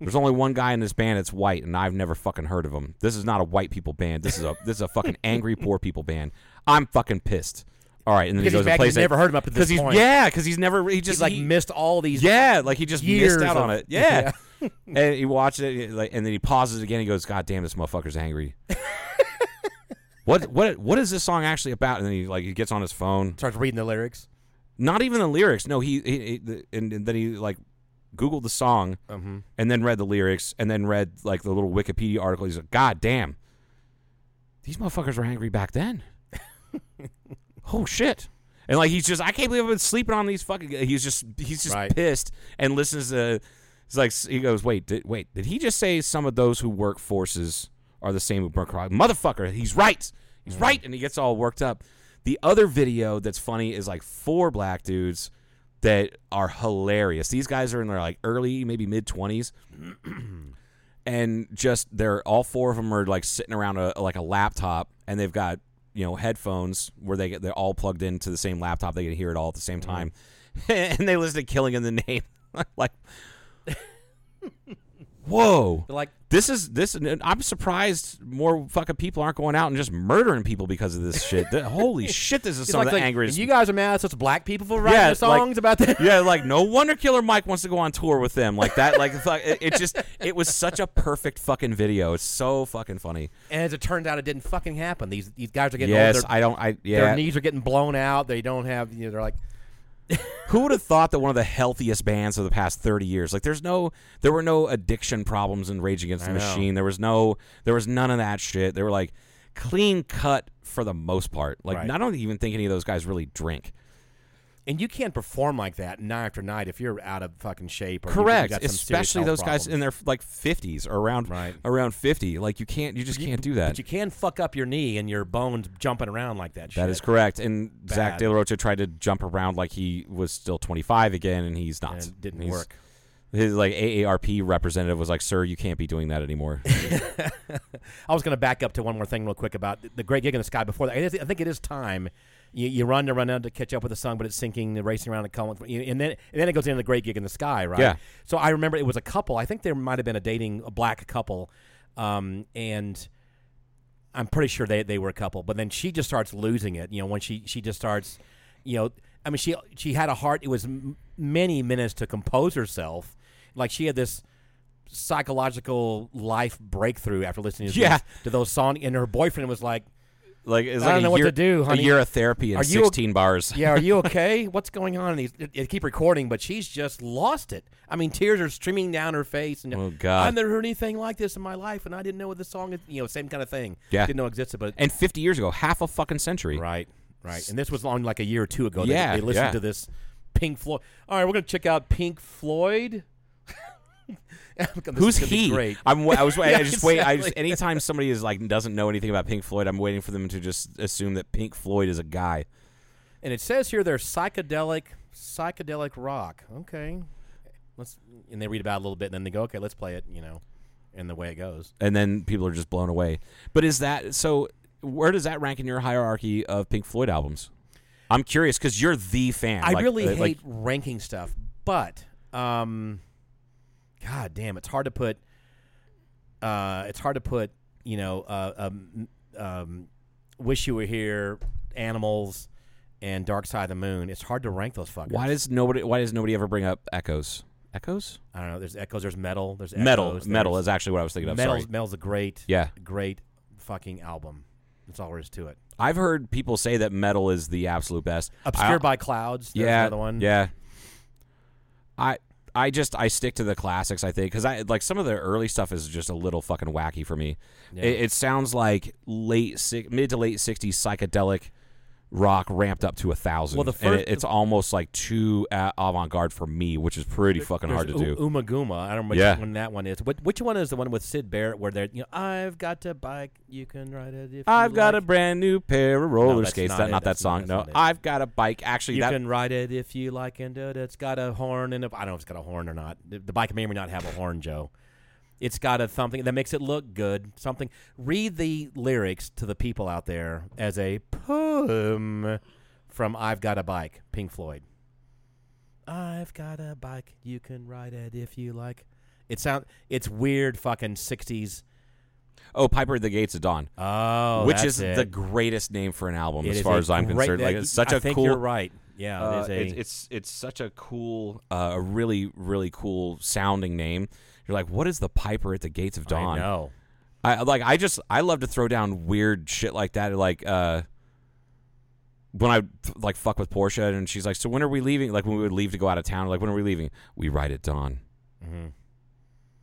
There's only one guy in this band that's white, and I've never fucking heard of him. This is not a white people band. This is a this is a fucking angry poor people band. I'm fucking pissed. All right, and then Because he he's goes back, and plays he's it. never heard of him up to this he's, point. Yeah, because he's never he just He's like he- missed all these. yeah, like he just years missed out of- on it. Yeah, and he watched it, like, and then he pauses again. He goes, "God damn, this motherfucker's angry." what what what is this song actually about? And then he like he gets on his phone. Starts reading the lyrics. Not even the lyrics. No, he, he, he the, and, and then he like googled the song and then read the lyrics and then read like the little Wikipedia article. He's like, God damn, these motherfuckers were angry back then. oh shit. And like he's just, I can't believe I've been sleeping on these fucking. He's just, he's just Right. pissed and listens to. It's like he goes, wait, did, wait, did he just say some of those who work forces are the same who burn cross? Motherfucker, he's right, he's right, and he gets all worked up. The other video that's funny is like four black dudes that are hilarious. These guys are in their like early, maybe mid twenties, and just they're all four of them are like sitting around a like a laptop, and they've got you know headphones where they get they're all plugged into the same laptop. They can hear it all at the same time, and they listen to "Killing in the Name." like, whoa! They're like, This is this. and I'm surprised more fucking people aren't going out and just murdering people because of this shit. Th- Holy shit! This is he's some like, of the like, angriest. You guys are mad. So it's black people for writing the songs like- about that. yeah, like no wonder Killer Mike wants to go on tour with them like that. Like fuck, it, it just it was such a perfect fucking video. It's so fucking funny. And as it turns out, it didn't fucking happen. These these guys are getting Yes, older. I don't. I Their yeah. knees are getting blown out. They don't have. You know, they're like. Who would have thought that one of the healthiest bands of the past thirty years? Like, there's no, there were no addiction problems in Rage Against the I know. Machine. There was no, there was none of that shit. They were like clean cut for the most part. Like, Right. I don't even think any of those guys really drink. And you can't perform like that night after night if you're out of fucking shape. Or you- you Correct, got some serious especially health those guys problems. in their like fifties or around Right. around fifty. Like, you can't, you just can't do that. But you can fuck up your knee and your bones jumping around like that. That shit. is correct. And Zach Bad. De La Rocha tried to jump around like he was still 25 again, and he's not. And didn't He's- work. His like AARP representative was like, "Sir, you can't be doing that anymore." I was going to back up to one more thing real quick about the- the great gig in the sky before that. It is- I think it is time you, you run to run out to catch up with the sun, but it's sinking, and racing around and coming. And then and then it goes into the great gig in the sky, right? Yeah. So I remember it was a couple. I think there might have been a dating a black couple, um, and I'm pretty sure they they were a couple. But then she just starts losing it. You know, when she she just starts, you know, I mean she she had a heart. It was m- many minutes to compose herself. Like she had this psychological life breakthrough after listening to, Yeah. those, to those songs, and her boyfriend was like. Like it's I like don't a know what year- to do, honey. A year of therapy and Are you- sixteen bars. yeah, are you okay? What's going on? And these it, it keep recording, but she's just lost it. I mean, tears are streaming down her face. And Oh, God. I've never heard anything like this in my life, and I didn't know what the song is. You know, same kind of thing. Yeah. didn't know existed, but And fifty years ago, half a fucking century. right, right. And this was on like a year or two ago. They- Yeah, they, listened yeah. to this Pink Floyd. All right, we're gonna check out Pink Floyd. This is Who's gonna be he? Great. I'm. wa- I was. I Yeah, just wait. I just, exactly. anytime somebody is like doesn't know anything about Pink Floyd, I'm waiting for them to just assume that Pink Floyd is a guy. And it says here they're psychedelic, psychedelic rock. Okay, let's. And they read about it a little bit, and then they go, okay, let's play it. You know, and the way it goes. and then people are just blown away. But is that so? Where does that rank in your hierarchy of Pink Floyd albums? I'm curious because you're the fan. I Like- really uh, hate like- ranking stuff, but um, God damn, it's hard to put. Uh, it's hard to put. You know, uh, um, um, wish you were here, animals, and Dark Side of the Moon. It's hard to rank those fuckers. why does nobody? Why does nobody ever bring up Echoes? Echoes? I don't know. There's echoes. There's metal. There's metal. Echoes, metal there's- is actually what I was thinking of. metal. Sorry. Metal's a great, Yeah. great fucking album. That's all there is to it. I've heard people say that metal is the absolute best. I- Obscured by Clouds. There's yeah, another one. Yeah. I I just I stick to the classics. I think because I like some of the early stuff is just a little fucking wacky for me. It, it sounds like late si- mid to late '60s psychedelic rock ramped up to a thousand. Well, the and first- it, it's almost like too uh, avant garde for me, which is pretty fucking hard to There's do. U- Uma Guma. I don't know which Yeah. one that one is. Which, which one is the one with Sid Barrett where they're, you know, I've got a bike, you can ride it if I've you got like. a brand new pair of roller that's skates. not that it. not that That's not- song. that's no, not it. I've got a bike. Actually, You that can ride it if you like, and it, it's got a horn. And if, I don't know if it's got a horn or not. The, the bike may or may not have a horn, Joe. It's got a something that makes it look good. Something. Read the lyrics to the people out there as a poem from "I've Got a Bike," Pink Floyd. I've got a bike. You can ride it if you like. It sound. It's weird. Fucking sixties. oh, Piper at the Gates of Dawn. Oh, which that's is it. the greatest name for an album, It as is far a as I'm great- concerned. Like that- it's such I a think cool. You're right. Yeah, Uh, it is a, it's, it's it's such a cool, uh, a really really cool sounding name. You're like, what is the Piper at the Gates of Dawn? I know. I like I just I love to throw down weird shit like that. Like uh, when I like fuck with Portia and she's like, so when are we leaving? Like when we would leave to go out of town, like when are we leaving? We ride at dawn.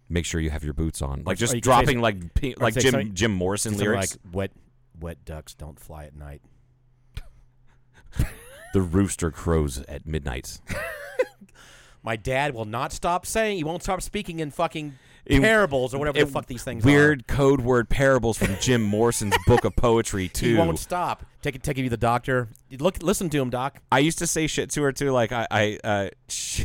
Make sure you have your boots on. Like you just could Mm-hmm. say dropping some- like pink, or like say Jim something- Jim Morrison Something lyrics. like wet wet ducks don't fly at night. the rooster crows at midnight. My dad will not stop saying he won't stop speaking in fucking It- parables or whatever the It- fuck these things are. Weird code word parables from Jim Morrison's book of poetry too. He won't stop. Take it. Take it to the doctor. Look, listen to him, doc. I used to say shit to her too. Like I, I uh, sh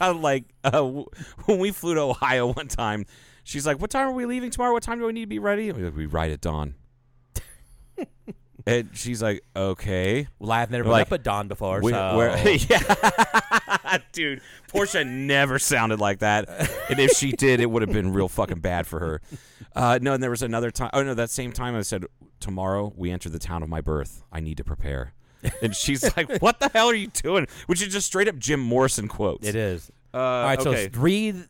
like uh, w- when we flew to Ohio one time, she's like, "What time are we leaving tomorrow? What time do I need to be ready?" And we, we ride at dawn. and she's like, "Okay." Well, I've never Like, been up at dawn before. We- so we're- yeah, dude. Portia never sounded like that, and if she did, it would have been real fucking bad for her. Uh, no, and there was another time. Oh no, that same time I said, "Tomorrow we enter the town of my birth. I need to prepare." And she's like, "What the hell are you doing?" Which is just straight up Jim Morrison quotes. it is. Uh, All right. okay. So read.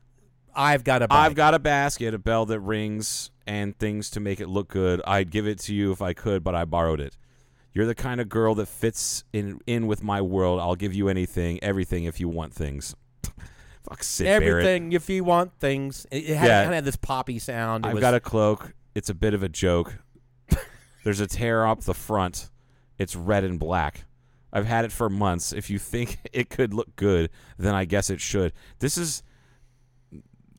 I've got a. Bike. I've got a basket, a bell that rings, and things to make it look good. I'd give it to you if I could, but I borrowed it. You're the kind of girl that fits in in with my world. I'll give you anything, everything if you want things. Fuck Sid Barrett. everything if you want things. It, it had, Yeah. kind of had this poppy sound. It I've was, got a cloak. It's a bit of a joke. There's a tear up the front. It's red and black. I've had it for months. If you think it could look good, then I guess it should. This is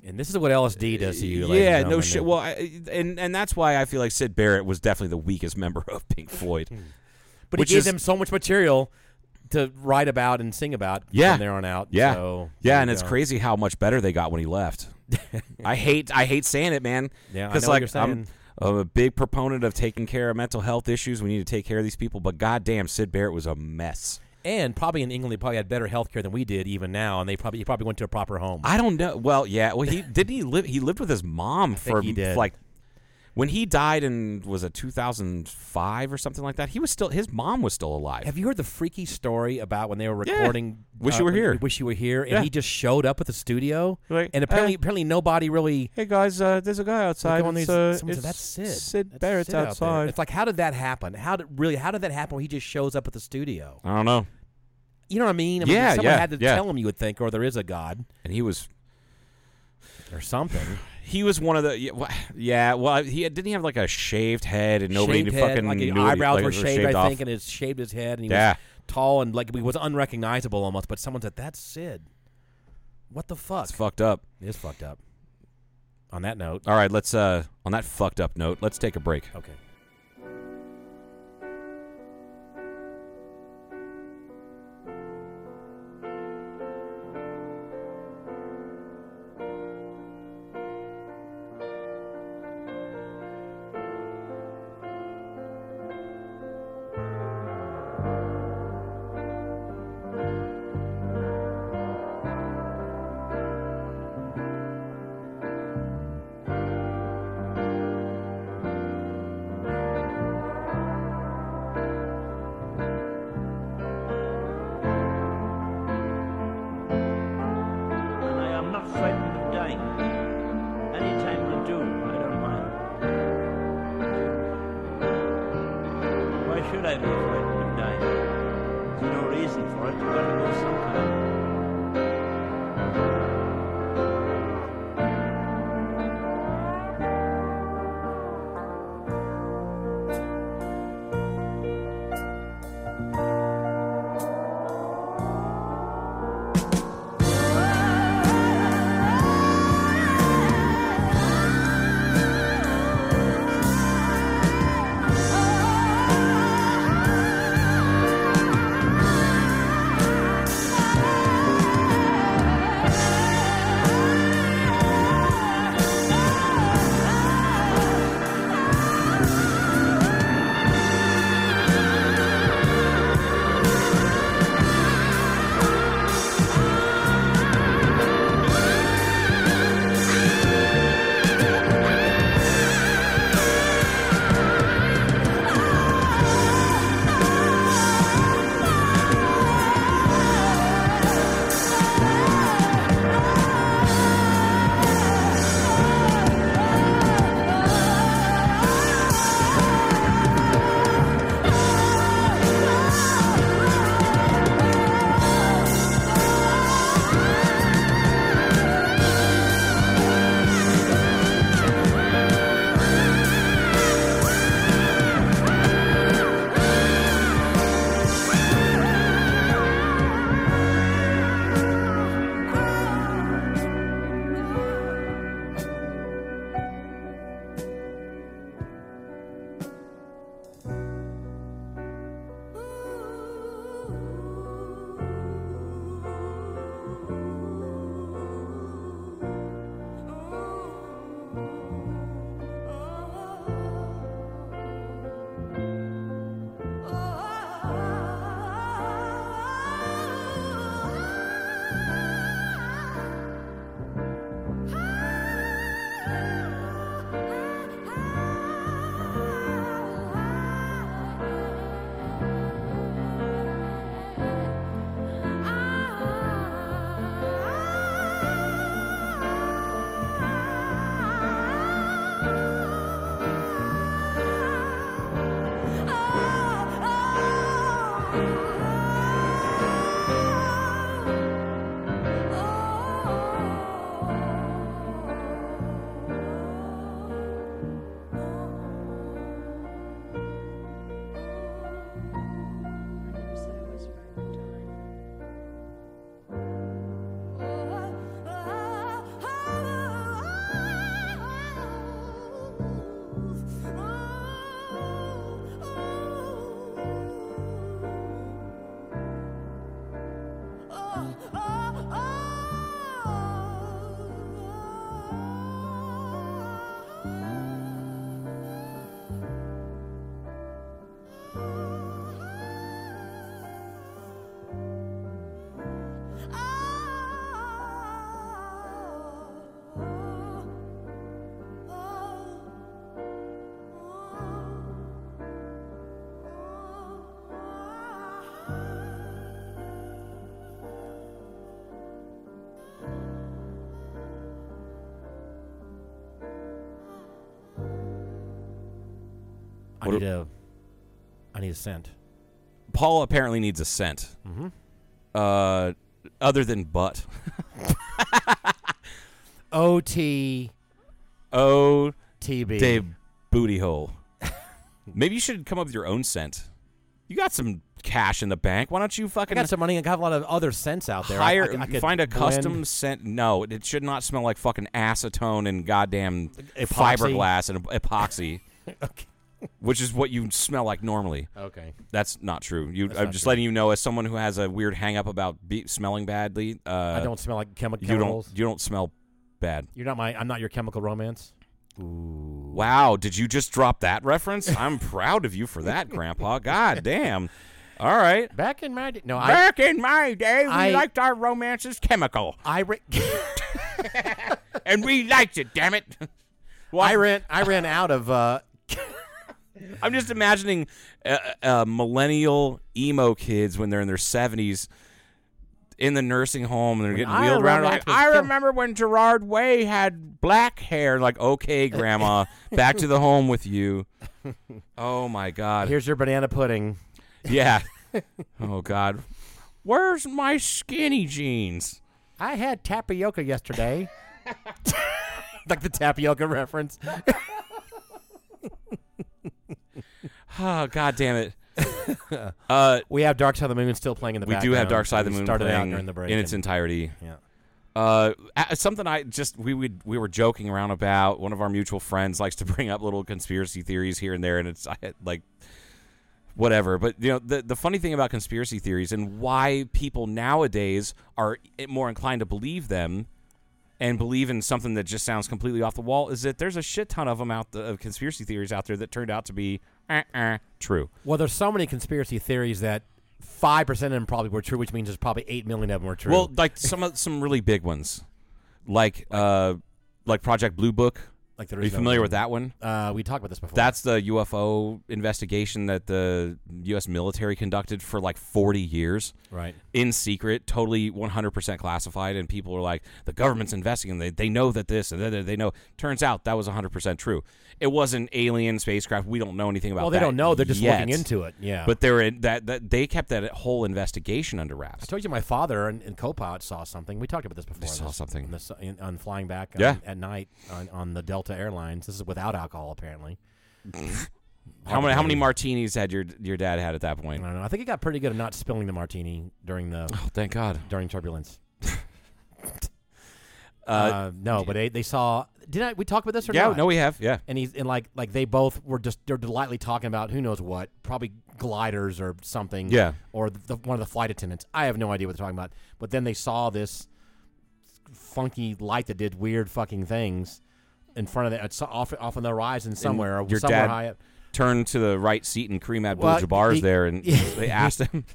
and this is what LSD does to you. ladies and yeah, no gentlemen. shit. Well, I, and and that's why I feel like Sid Barrett was definitely the weakest member of Pink Hmm. Floyd. but which it gave is- them so much material to write about and sing about Yeah. from there on out. yeah, so, yeah, there and you it's go. crazy how much better they got when he left. I hate I hate saying it, man. Yeah, I 'Cause, know what like you're I'm- saying. I'm a big proponent of taking care of mental health issues. We need to take care of these people. But goddamn, Sid Barrett was a mess. And probably in England, they probably had better health care than we did even now, and they probably he probably went to a proper home. I don't know. Well, yeah. Well, he didn't he live. He lived with his mom think for he did. like when he died in was it 2005 or something like that. He was still his mom was still alive. Have you heard the freaky story about when they were Yeah. recording? uh, Wish You Were Here. Wish you were here, and Yeah. he just showed up at the studio, Like, and apparently, eh. apparently nobody really. hey guys, uh, there's a guy outside. on It's, these, uh, someone said, it's that's Sid. Sid That's Barrett's out there." outside. It's like, how did that happen? How did really? How did that happen? When he just shows up at the studio. I don't know. You know what I mean? I mean, Yeah, someone yeah, had to yeah. tell him. You would think, or there is a god And he was or something. he was one of the yeah, wha- yeah well he had, didn't he have like a shaved head and nobody shaved head, fucking like his knew what he- eyebrows like, were it was shaved, I off. think, and it shaved his head, and he Yeah. was tall and like he was unrecognizable almost. But someone said, "That's Sid." What the fuck? it's fucked up. It is fucked up. On that note, All right, let's uh on that fucked up note, let's take a break. okay. and I am not frightened of dying. Any time will do, I don't mind. Why should I be frightened of dying? There's no reason for it, you've got to go sometime. Oh I What need a, I need a scent. Paul apparently needs a scent. Mm-hmm. Uh, other than butt. O T Oh, T B. Dave, booty hole. Maybe you should come up with your own scent. You got some cash in the bank. Why don't you I fucking got some money. I got a lot of other scents out there. I- I hire, could- I could find a blend. custom scent? No, it should not smell like fucking acetone and goddamn Epoxy. fiberglass and epoxy, Okay. which is what you smell like normally. okay. That's not true. You, I'm not just true. letting you know, as someone who has a weird hang up about be- smelling badly, uh, I don't smell like chemi- you chemicals. don't you don't smell bad. You're not my. I'm not your chemical romance. Wow, did you just drop that reference? I'm proud of you for that, Grandpa. God damn. All right. Back in my day, no, I Back in my day, we I- liked our romances chemical, I re- and we liked it. Damn it! Well, I ran I ran out of uh, I'm just imagining uh, uh, millennial emo kids when they're in their 70s in the nursing home and they're getting I wheeled around. Like, romanced with I Kim- remember when Gerard Way had black hair. Like, okay, Grandma, back to the home with you. Oh my God. here's your banana pudding. Yeah. oh God. Where's my skinny jeans? I had tapioca yesterday. like the tapioca reference. Oh God damn it. uh, We have Dark Side of the Moon still playing in the we background. do have Dark Side of the We Moon started out playing during the break. in its and- entirety. yeah. Uh, a- something I just we would we were joking around about. One of our mutual friends likes to bring up little conspiracy theories here and there, and it's I, like whatever. But you know the the funny thing about conspiracy theories and why people nowadays are more inclined to believe them and believe in something that just sounds completely off the wall is that there's a shit ton of them out the, of conspiracy theories out there that turned out to be uh-uh, true. Well, there's so many conspiracy theories that five percent of them probably were true, which means there's probably eight million of them were true. Well, like some of some really big ones, like uh, like Project Blue Book. like there Are you is no- familiar with that one? Uh, we talked about this before. That's the UFO investigation that the U.S. military conducted for like 40 years right. in secret, totally 100% classified. And people are like, the government's investigating. They, they know that this and that they know. Turns out that was 100% true. It wasn't alien spacecraft. We don't know anything about Well, they that don't know. They're just yet. looking into it. Yeah. But they're in that, that they kept that whole investigation under I wraps. told you my father and, and Copilot saw something. We talked about this before. saw This- something. on, this, in, on flying back on- Yeah. at night on, on the Delta Airlines. This is without alcohol, apparently. How many how many martinis had your your dad had at that I point? don't know. I think he got pretty good at not spilling the martini during the Oh, thank God. during turbulence. Uh, Uh, no, but they, they saw. Did I? We talk about this or yeah, not? no, we have. Yeah. and he's and like like they both were just they're delightly talking about who knows what, probably gliders or something. Yeah. Or the, one of the flight attendants. I have no idea what they're talking about. But then they saw this funky light that did weird fucking things in front of the it's off off on the horizon somewhere. your somewhere dad- high up. turned to the right seat and Kareem Well, Abdul-Jabbar's he- there, and they asked him,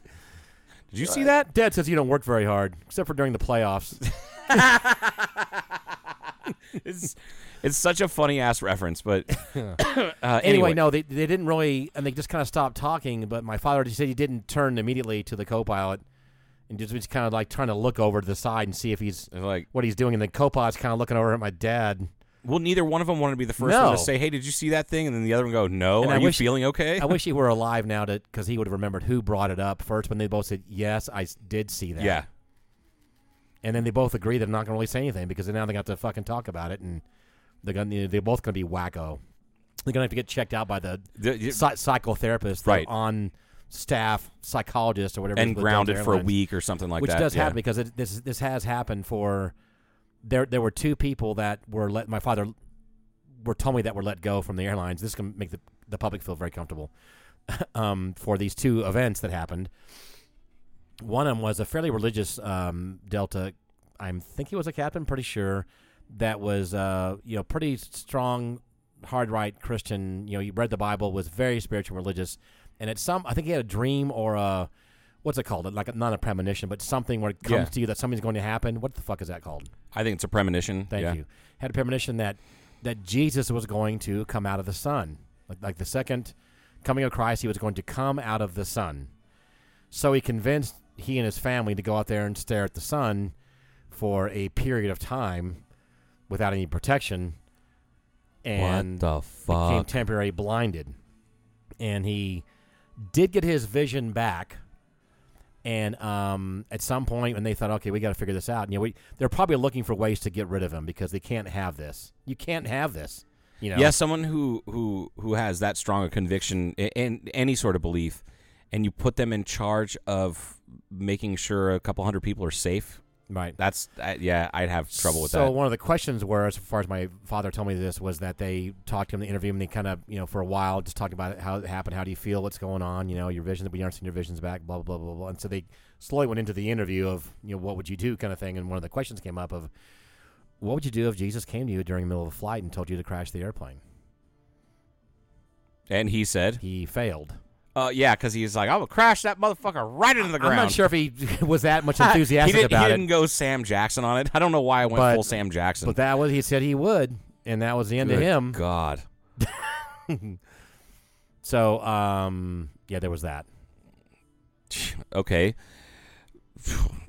"Did you see that?" Dad says you don't work very hard, except for during the playoffs. It's it's such a funny ass reference, but uh, anyway, anyway, no, they, they didn't really, and they just kind of stopped talking. But my father, he said he didn't turn immediately to the co-pilot, and just was kind of like trying to look over to the side and see if he's uh, They're like, what he's doing. And the co-pilot's kind of looking over at my dad. well, neither one of them wanted to be the first one No. to say, "Hey, did you see that thing?" And then the other one go, "No, And are I you wish- feeling okay?" I wish he were alive now, to because he would have remembered who brought it up first. When they both said, "Yes, I s- did see that," yeah, and then they both agree they're not going to really say anything because now they have to fucking talk about it, and they're going to they're both going to be wacko. They're going to have to get checked out by the The- you- psy- psychotherapist, the Right. on staff psychologist or whatever, and with Delta grounded for a Airlines. week or something like which that. does yeah. happen because it, this this has happened for there there were two people that were let my father were told me that were let go from the airlines. This can make the the public feel very comfortable um, for these two events that happened. One of them was a fairly religious um, Delta. I am think he was a captain, pretty sure. That was uh, you know pretty strong, hard right Christian. You know, he read the Bible, was very spiritual, religious, and at some I think he had a dream or a what's it called? Like a, not a premonition, but something where it comes Yeah. to you that something's going to happen. What the fuck is that called? I think it's a premonition. Thank Mm-hmm. yeah. you. Had a premonition that that Jesus was going to come out of the sun, like, like the second coming of Christ, he was going to come out of the sun. So he convinced he and his family to go out there and stare at the sun for a period of time without any protection, and the became fuck? temporarily blinded. and he did get his vision back. And um, at some point, when they thought, okay, we got to figure this out, you know, we, they're probably looking for ways to get rid of him because they can't have this. You can't have this. You know, Yeah, someone who who who has that strong a conviction a- and any sort of belief, and you put them in charge of making sure a couple hundred people are safe. right. That's uh, yeah, I'd have trouble with so that. one of the questions were, as far as my father told me this, was that they talked to him in the interview and they kind of, you know, for a while just talked about it, how it happened, how do you feel, what's going on, you know, your vision that we aren't seeing your visions back, blah, blah, blah, blah, blah. And so they slowly went into the interview of, you know, what would you do kind of thing. And one of the questions came up of, what would you do if Jesus came to you during the middle of a flight and told you to crash the airplane? and he said, He failed. "Uh, yeah, because he's like, I will crash that motherfucker right into the ground." I'm not sure if he was that much he, enthusiastic did, he about it. didn't go Sam Jackson on it. I don't know why I went But- full Sam Jackson. But that was he said he would, and that was the end Good of him. God. So um, yeah, there was that. Okay.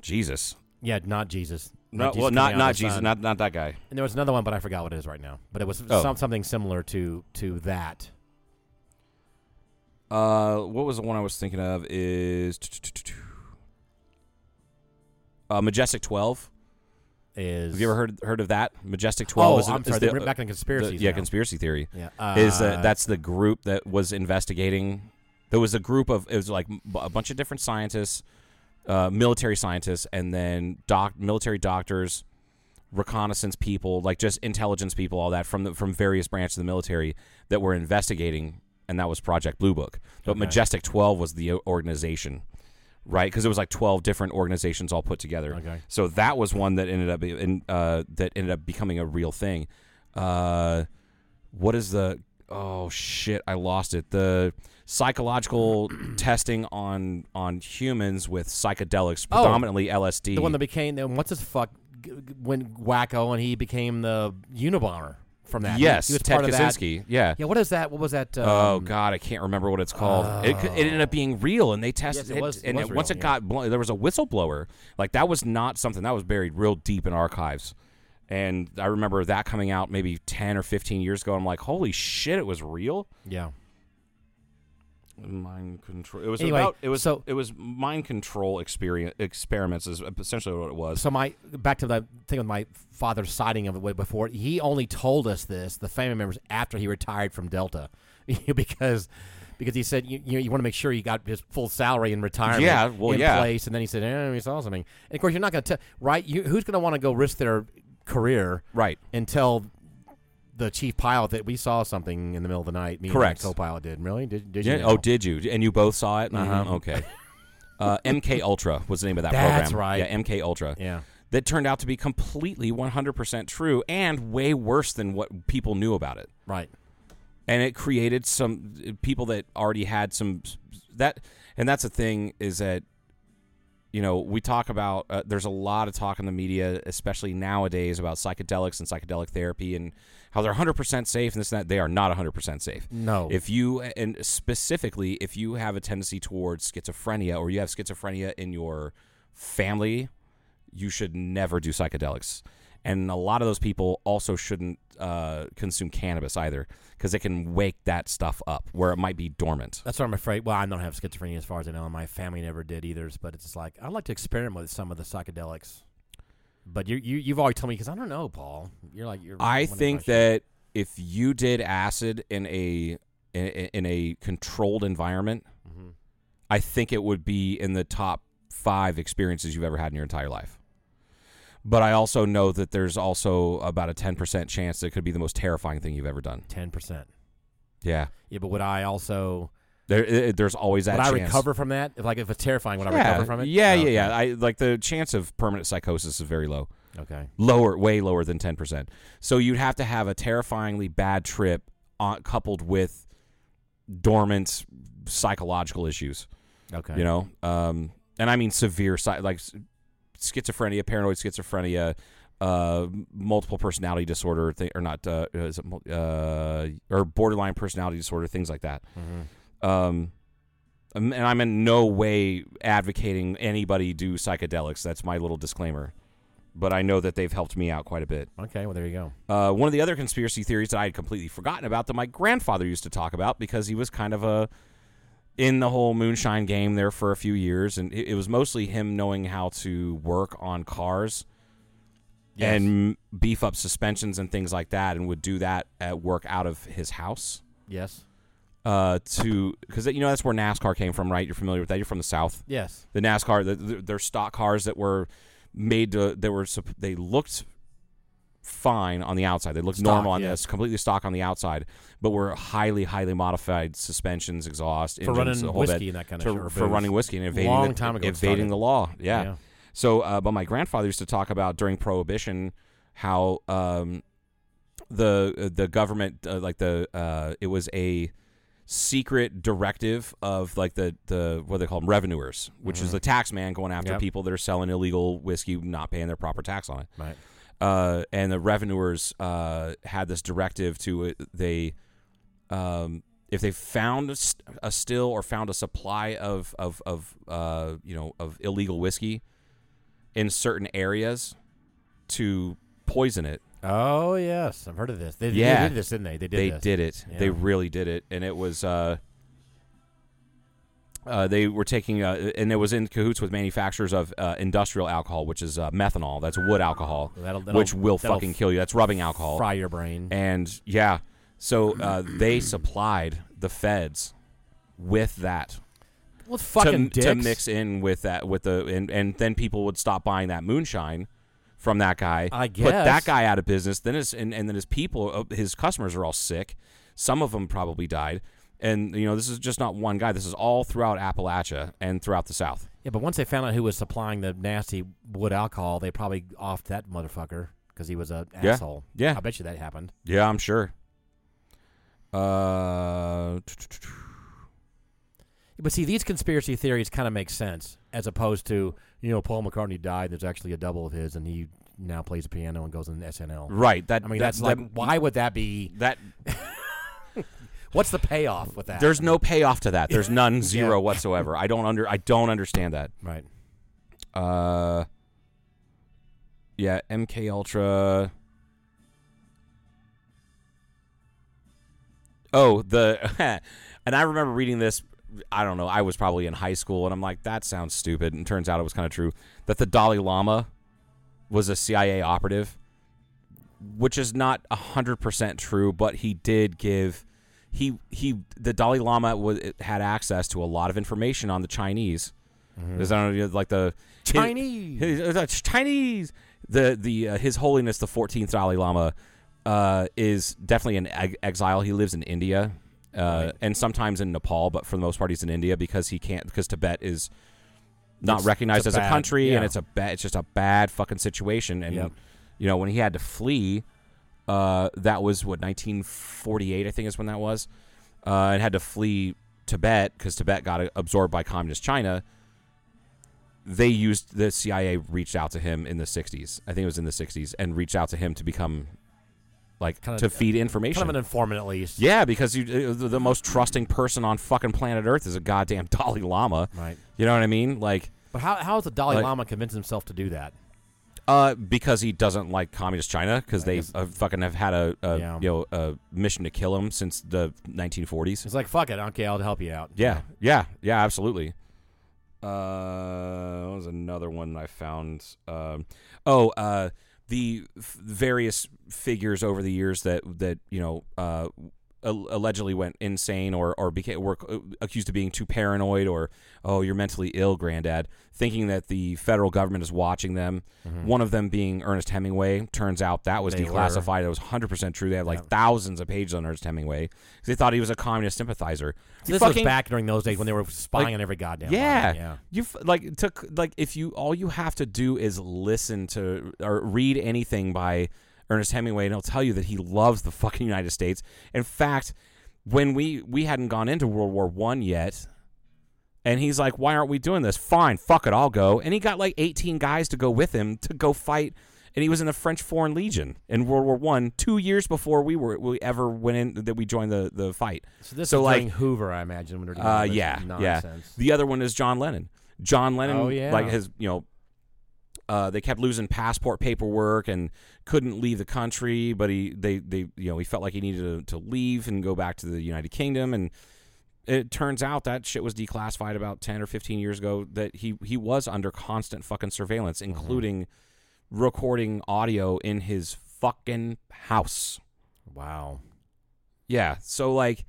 Jesus. Yeah, not Jesus. No, Jesus well, coming out not of not the Jesus, sun. not not that guy. and there was another one, but I forgot what it is right now. But it was Oh. some, something similar to to that. Uh, what was the one I was thinking of? Is uh, Majestic Twelve. Is Have you ever heard heard of that? Majestic Twelve. Oh, is, I'm is sorry. the- they're back on the- conspiracies. yeah, now. conspiracy theory. Yeah, is uh, that that's the group that was investigating? There was a group of it was like b- a bunch of different scientists, uh, military scientists, and then doc military doctors, reconnaissance people, like just intelligence people, all that from the, from various branches of the military that were investigating, and that was Project Blue Book. But Okay. Majestic Twelve was the o- organization, right? Because it was like twelve different organizations all put together. Okay. So that was one that ended up in, uh, that ended up becoming a real thing. Uh, what is the oh shit i lost it the psychological testing on on humans with psychedelics Oh. predominantly lsd the one that became then what's his fuck g- g- went wacko and he became the Unabomber from that. He- yes he was ted part of that. kaczynski yeah Yeah, what is that? What was that? Um, Oh. Oh God, I can't remember what it's called. it, c- it ended up being real, and they tested Yes, it was- it and was once real, it yeah. got blown, there was a whistleblower. Like that was not something that was buried real deep in archives. And I remember that coming out maybe ten or fifteen years ago. I'm like, holy shit, it was real. Yeah. mind control. It was Anyway, about it was so- it was mind control experience experiments is essentially what it was. So my back to the thing with my father's sighting of it way before. He only told us this, the family members, after he retired from Delta, because because he said you you, you want to make sure you got his full salary in retirement. Yeah, well, in yeah. place. And then he said, eh, we saw something. And of course, you're not going to tell right. You, who's going to want to go risk their career Right. and tell the chief pilot that we saw something in the middle of the night? Me Correct. And my co-pilot did. Really? Did, did you? Yeah. know? Mm-hmm. Oh, did you? And you both saw it? Mhm, Okay. Uh, MK Ultra was the name of that program. That's right. Yeah, MK Ultra. Yeah. That turned out to be completely 100% true and way worse than what people knew about it. Right. and it created some people that already had some that and that's the thing is that you know we talk about uh, there's a lot of talk in the media especially nowadays about psychedelics and psychedelic therapy and how they're 100% safe and this and that they are not 100% safe No. if you and specifically if you have a tendency towards schizophrenia or you have schizophrenia in your family you should never do psychedelics. And a lot of those people also shouldn't uh, consume cannabis either because it can wake that stuff up where it might be dormant. That's what I'm afraid. Well, I don't have schizophrenia as far as I know, and my family never did either. But it's just like I'd like to experiment with some of the psychedelics. But you, you you've always told me because I don't know, Paul. You're like you're. I one of think my- that if you did acid in a in, in a controlled environment, Mm-hmm. I think it would be in the top five experiences you've ever had in your entire life. But I also know that there's also about a 10% chance that it could be the most terrifying thing you've ever done. ten percent. Yeah. Yeah, but would I also There, there's always that would I chance. recover from that? If, like if it's terrifying, would I yeah. recover from it? Yeah, Oh, yeah, yeah. I like the chance of permanent psychosis is very low. Okay. Lower, way lower than 10%. So you'd have to have a terrifyingly bad trip on, coupled with dormant psychological issues, Okay. you know? Um and I mean severe psy- like s- schizophrenia, paranoid schizophrenia, uh, multiple personality disorder, thi- or not, uh, is it, mul- uh, or borderline personality disorder, things like that um um, and I'm in no way advocating anybody do psychedelics. That's my little disclaimer. but I know that they've helped me out quite a bit. Okay, well there you go. Uh, one of the other conspiracy theories that I had completely forgotten about that my grandfather used to talk about because he was kind of a in the whole moonshine game there for a few years, and it, it was mostly him knowing how to work on cars and m- beef up suspensions and things like that, and would do that at work out of his house Yes. uh, to because you know that's where NASCAR came from, right? You're familiar with that. You're from the South Yes. the NASCAR, the, the, their stock cars that were made to, that were sup- they looked fine on the outside. They looked Stock, normal on yeah. this, completely stock on the outside, but were highly, highly modified suspensions, exhaust, engines, running the whole whiskey bit, and that kinda to- shit, or for booze. running whiskey and evading Long the, time ago it evading started. the law. Yeah. Yeah. So, uh, but my grandfather used to talk about during Prohibition how um, the the government uh, like the uh, it was a secret directive of like the the what do they call them revenuers, which is the tax man going after Yep. people that are selling illegal whiskey, not paying their proper tax on it. Right. Uh, and the revenuers uh, had this directive to uh, they um, if they found a, st- a still or found a supply of of of uh, you know of illegal whiskey in certain areas to poison it. Oh yes, I've heard of this. They, they Yeah. did this, didn't they? They did. they this. did it. Yeah. They really did it, and it was. Uh, uh, they were taking, uh, and it was in cahoots with manufacturers of uh, industrial alcohol, which is uh, methanol. That's wood alcohol, That'll- that'll- which will that'll fucking kill you. That's rubbing alcohol. Fry your brain. And yeah, so uh, they supplied the feds with that Well, fucking to, dicks. to mix in with that with the and, and then people would stop buying that moonshine from that guy. I put guess. that guy out of business. Then his and, and then his people, uh, his customers are all sick. Some of them probably died. And you know this is just not one guy. This is all throughout Appalachia and throughout the South. Yeah, but once they found out who was supplying the nasty wood alcohol, they probably offed that motherfucker because he was a Yeah. asshole. Yeah. I bet you that happened. Yeah, I'm sure. Uh, But see, these conspiracy theories kind of make sense as opposed to you know Paul McCartney died. There's actually a double of his, and he now plays the piano and goes in SNL. right. That I mean, that- that's that- like why would that be? that What's the payoff with that? there's no payoff to that. There's none, zero Yeah. whatsoever. I don't under I don't understand that. right. Uh, yeah, MK Ultra. Oh, the and I remember reading this. I don't know. I was probably in high school, and I'm like, that sounds stupid. And turns out it was kind of true that the Dalai Lama was a CIA operative, which is not hundred percent true, but he did give. He, he the Dalai Lama was, had access to a lot of information on the Chinese. Is that like the Mm-hmm. Chinese. his- his- uh, Chinese. The the uh, His Holiness the Fourteenth Dalai Lama uh, is definitely an eg- exile. He lives in India uh, and sometimes in Nepal, but for the most part, he's in India because he can't because Tibet is not It's- recognized it's a as bad- a country, and yeah. it's a bad. It's just a bad fucking situation. And Yep. you know when he had to flee, uh, that was what 1948, I think is when that was, uh, and had to flee Tibet because Tibet got uh, absorbed by communist China they used the CIA reached out to him in the 60s. I think it was in the 60s and reached out to him to become like Kinda- uh, to feed information. Kind of an informant, at least. yeah, because you uh, the, the most trusting person on fucking planet Earth is a goddamn Dalai Lama. Right. You know what I mean? Like But how how is the Dalai Like- Lama convince himself to do that? uh because he doesn't like communist China cuz they guess- uh, fucking have had a, a Yeah. you know a mission to kill him since the 1940s. It's like fuck it, okay, I'll help you out. Yeah, yeah, yeah, absolutely. Uh, what was another one I found? Um, oh, uh, the f- various figures over the years that that you know uh, al- allegedly went insane or or became were uh, accused of being too paranoid or oh you're mentally ill, granddad, thinking that the federal government is watching them. One of them being Ernest Hemingway. Turns out that was They were. declassified it was 100% true. They had like thousands of pages on Ernest Hemingway 'cause they thought he was a communist sympathizer. This was Fucking- back during those days when they were spying on every goddamn. body. Yeah. yeah. You f- like it took like if you all you have to do is listen to or read anything by Ernest Hemingway and it'll tell you that he loves the fucking United States. In fact, when we we hadn't gone into World War 1 yet and he's like, "Why aren't we doing this?" Fine, fuck it, I'll go. And he got like 18 guys to go with him to go fight and he was in the French Foreign Legion in World War One, two years before we were we ever went in that we joined the, the fight. So this so is like during Hoover, I imagine. When they're doing all uh, this yeah, nonsense. yeah. The other one is John Lennon. John Lennon, Oh, yeah. like his, you know, uh, they kept losing passport paperwork and couldn't leave the country. But he they they you know he felt like he needed to, to leave and go back to the United Kingdom and. It turns out that shit was declassified about ten or fifteen years ago. That he he was under constant fucking surveillance, Mm-hmm. including recording audio in his fucking house. Wow. Yeah. So like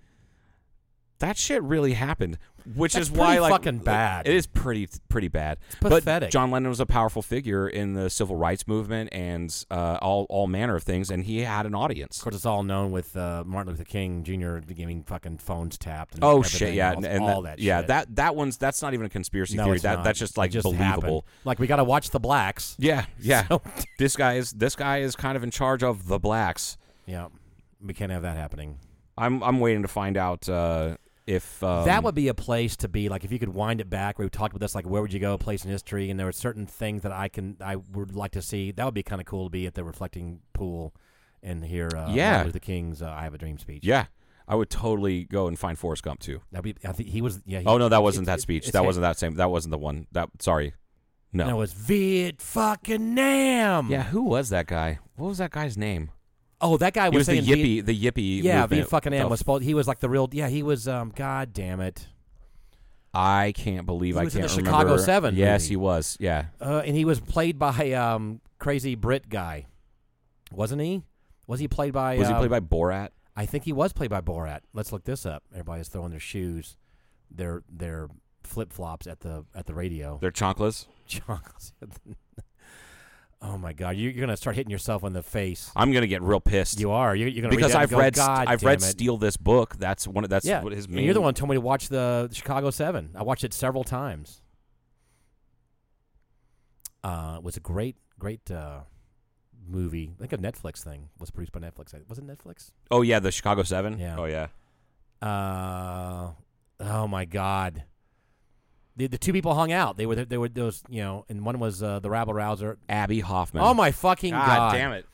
that shit really happened, which That's is why pretty like fucking bad. It is pretty pretty bad. pathetic. But John Lennon was a powerful figure in the civil rights movement and uh, all all manner of things, and he had an audience. Of course, it's all known with uh, Martin Luther King Jr. getting fucking phones tapped. And Oh everything shit! Yeah, else, and, and all that, that. yeah, shit. that that one's that's not even a conspiracy No, theory. it's That not. that's just It like believable. happened. Like we got to watch the blacks. Yeah, yeah. So- this guy is this guy is kind of in charge of the blacks. Yeah, we can't have that happening. I'm I'm waiting to find out uh, if um, that would be a place to be. Like if you could wind it back, we talked about this. Like where would you go? A place in history, and there were certain things that I can I would like to see. That would be kind of cool to be at the reflecting pool and hear uh, Yeah. Martin Luther King's uh, "I Have a Dream" speech. yeah. I would totally go and find Forrest Gump too. That'd be, I think he was. Yeah. He, Oh no, that it- wasn't that it- speech. it's That him. wasn't that same. That wasn't the one. That sorry. No. No, it's Viet fucking Nam. yeah, who was that guy? What was that guy's name? Oh, that guy He was the saying yippee. Viet- the yippee. yeah, movement. Viet fucking The Nam was f- supposed. He was like the real. Yeah, he was. Um, God damn it. I can't believe He I was in can't the remember. Chicago 7 Yes, movie. he was. Yeah. Uh, and he was played by um crazy Brit guy, wasn't he? Was he played by? Was uh, he played by Borat? I think he was played by Borat. Let's look this up. Everybody's throwing their shoes, their their flip flops at the at the radio. They're chonklas. Chunks. oh my god, you, you're gonna start hitting yourself in the face. I'm gonna get real pissed You are. You're, you're gonna read because that and I've go, read st- God I've damn read it." Steal This Book. That's one. Of, that's Yeah, what his and main. you're the one who told me to watch the Chicago Seven. I watched it several times. Uh, it was a great, great uh, movie. I think a Netflix thing was produced by Netflix. I- Was it Netflix? Oh yeah, the Chicago Seven. Yeah. Oh yeah. Uh, oh my God. The, the two people hung out. They were they were those you know, and one was uh, the rabble rouser. Abby Hoffman. Oh my fucking god! damn it.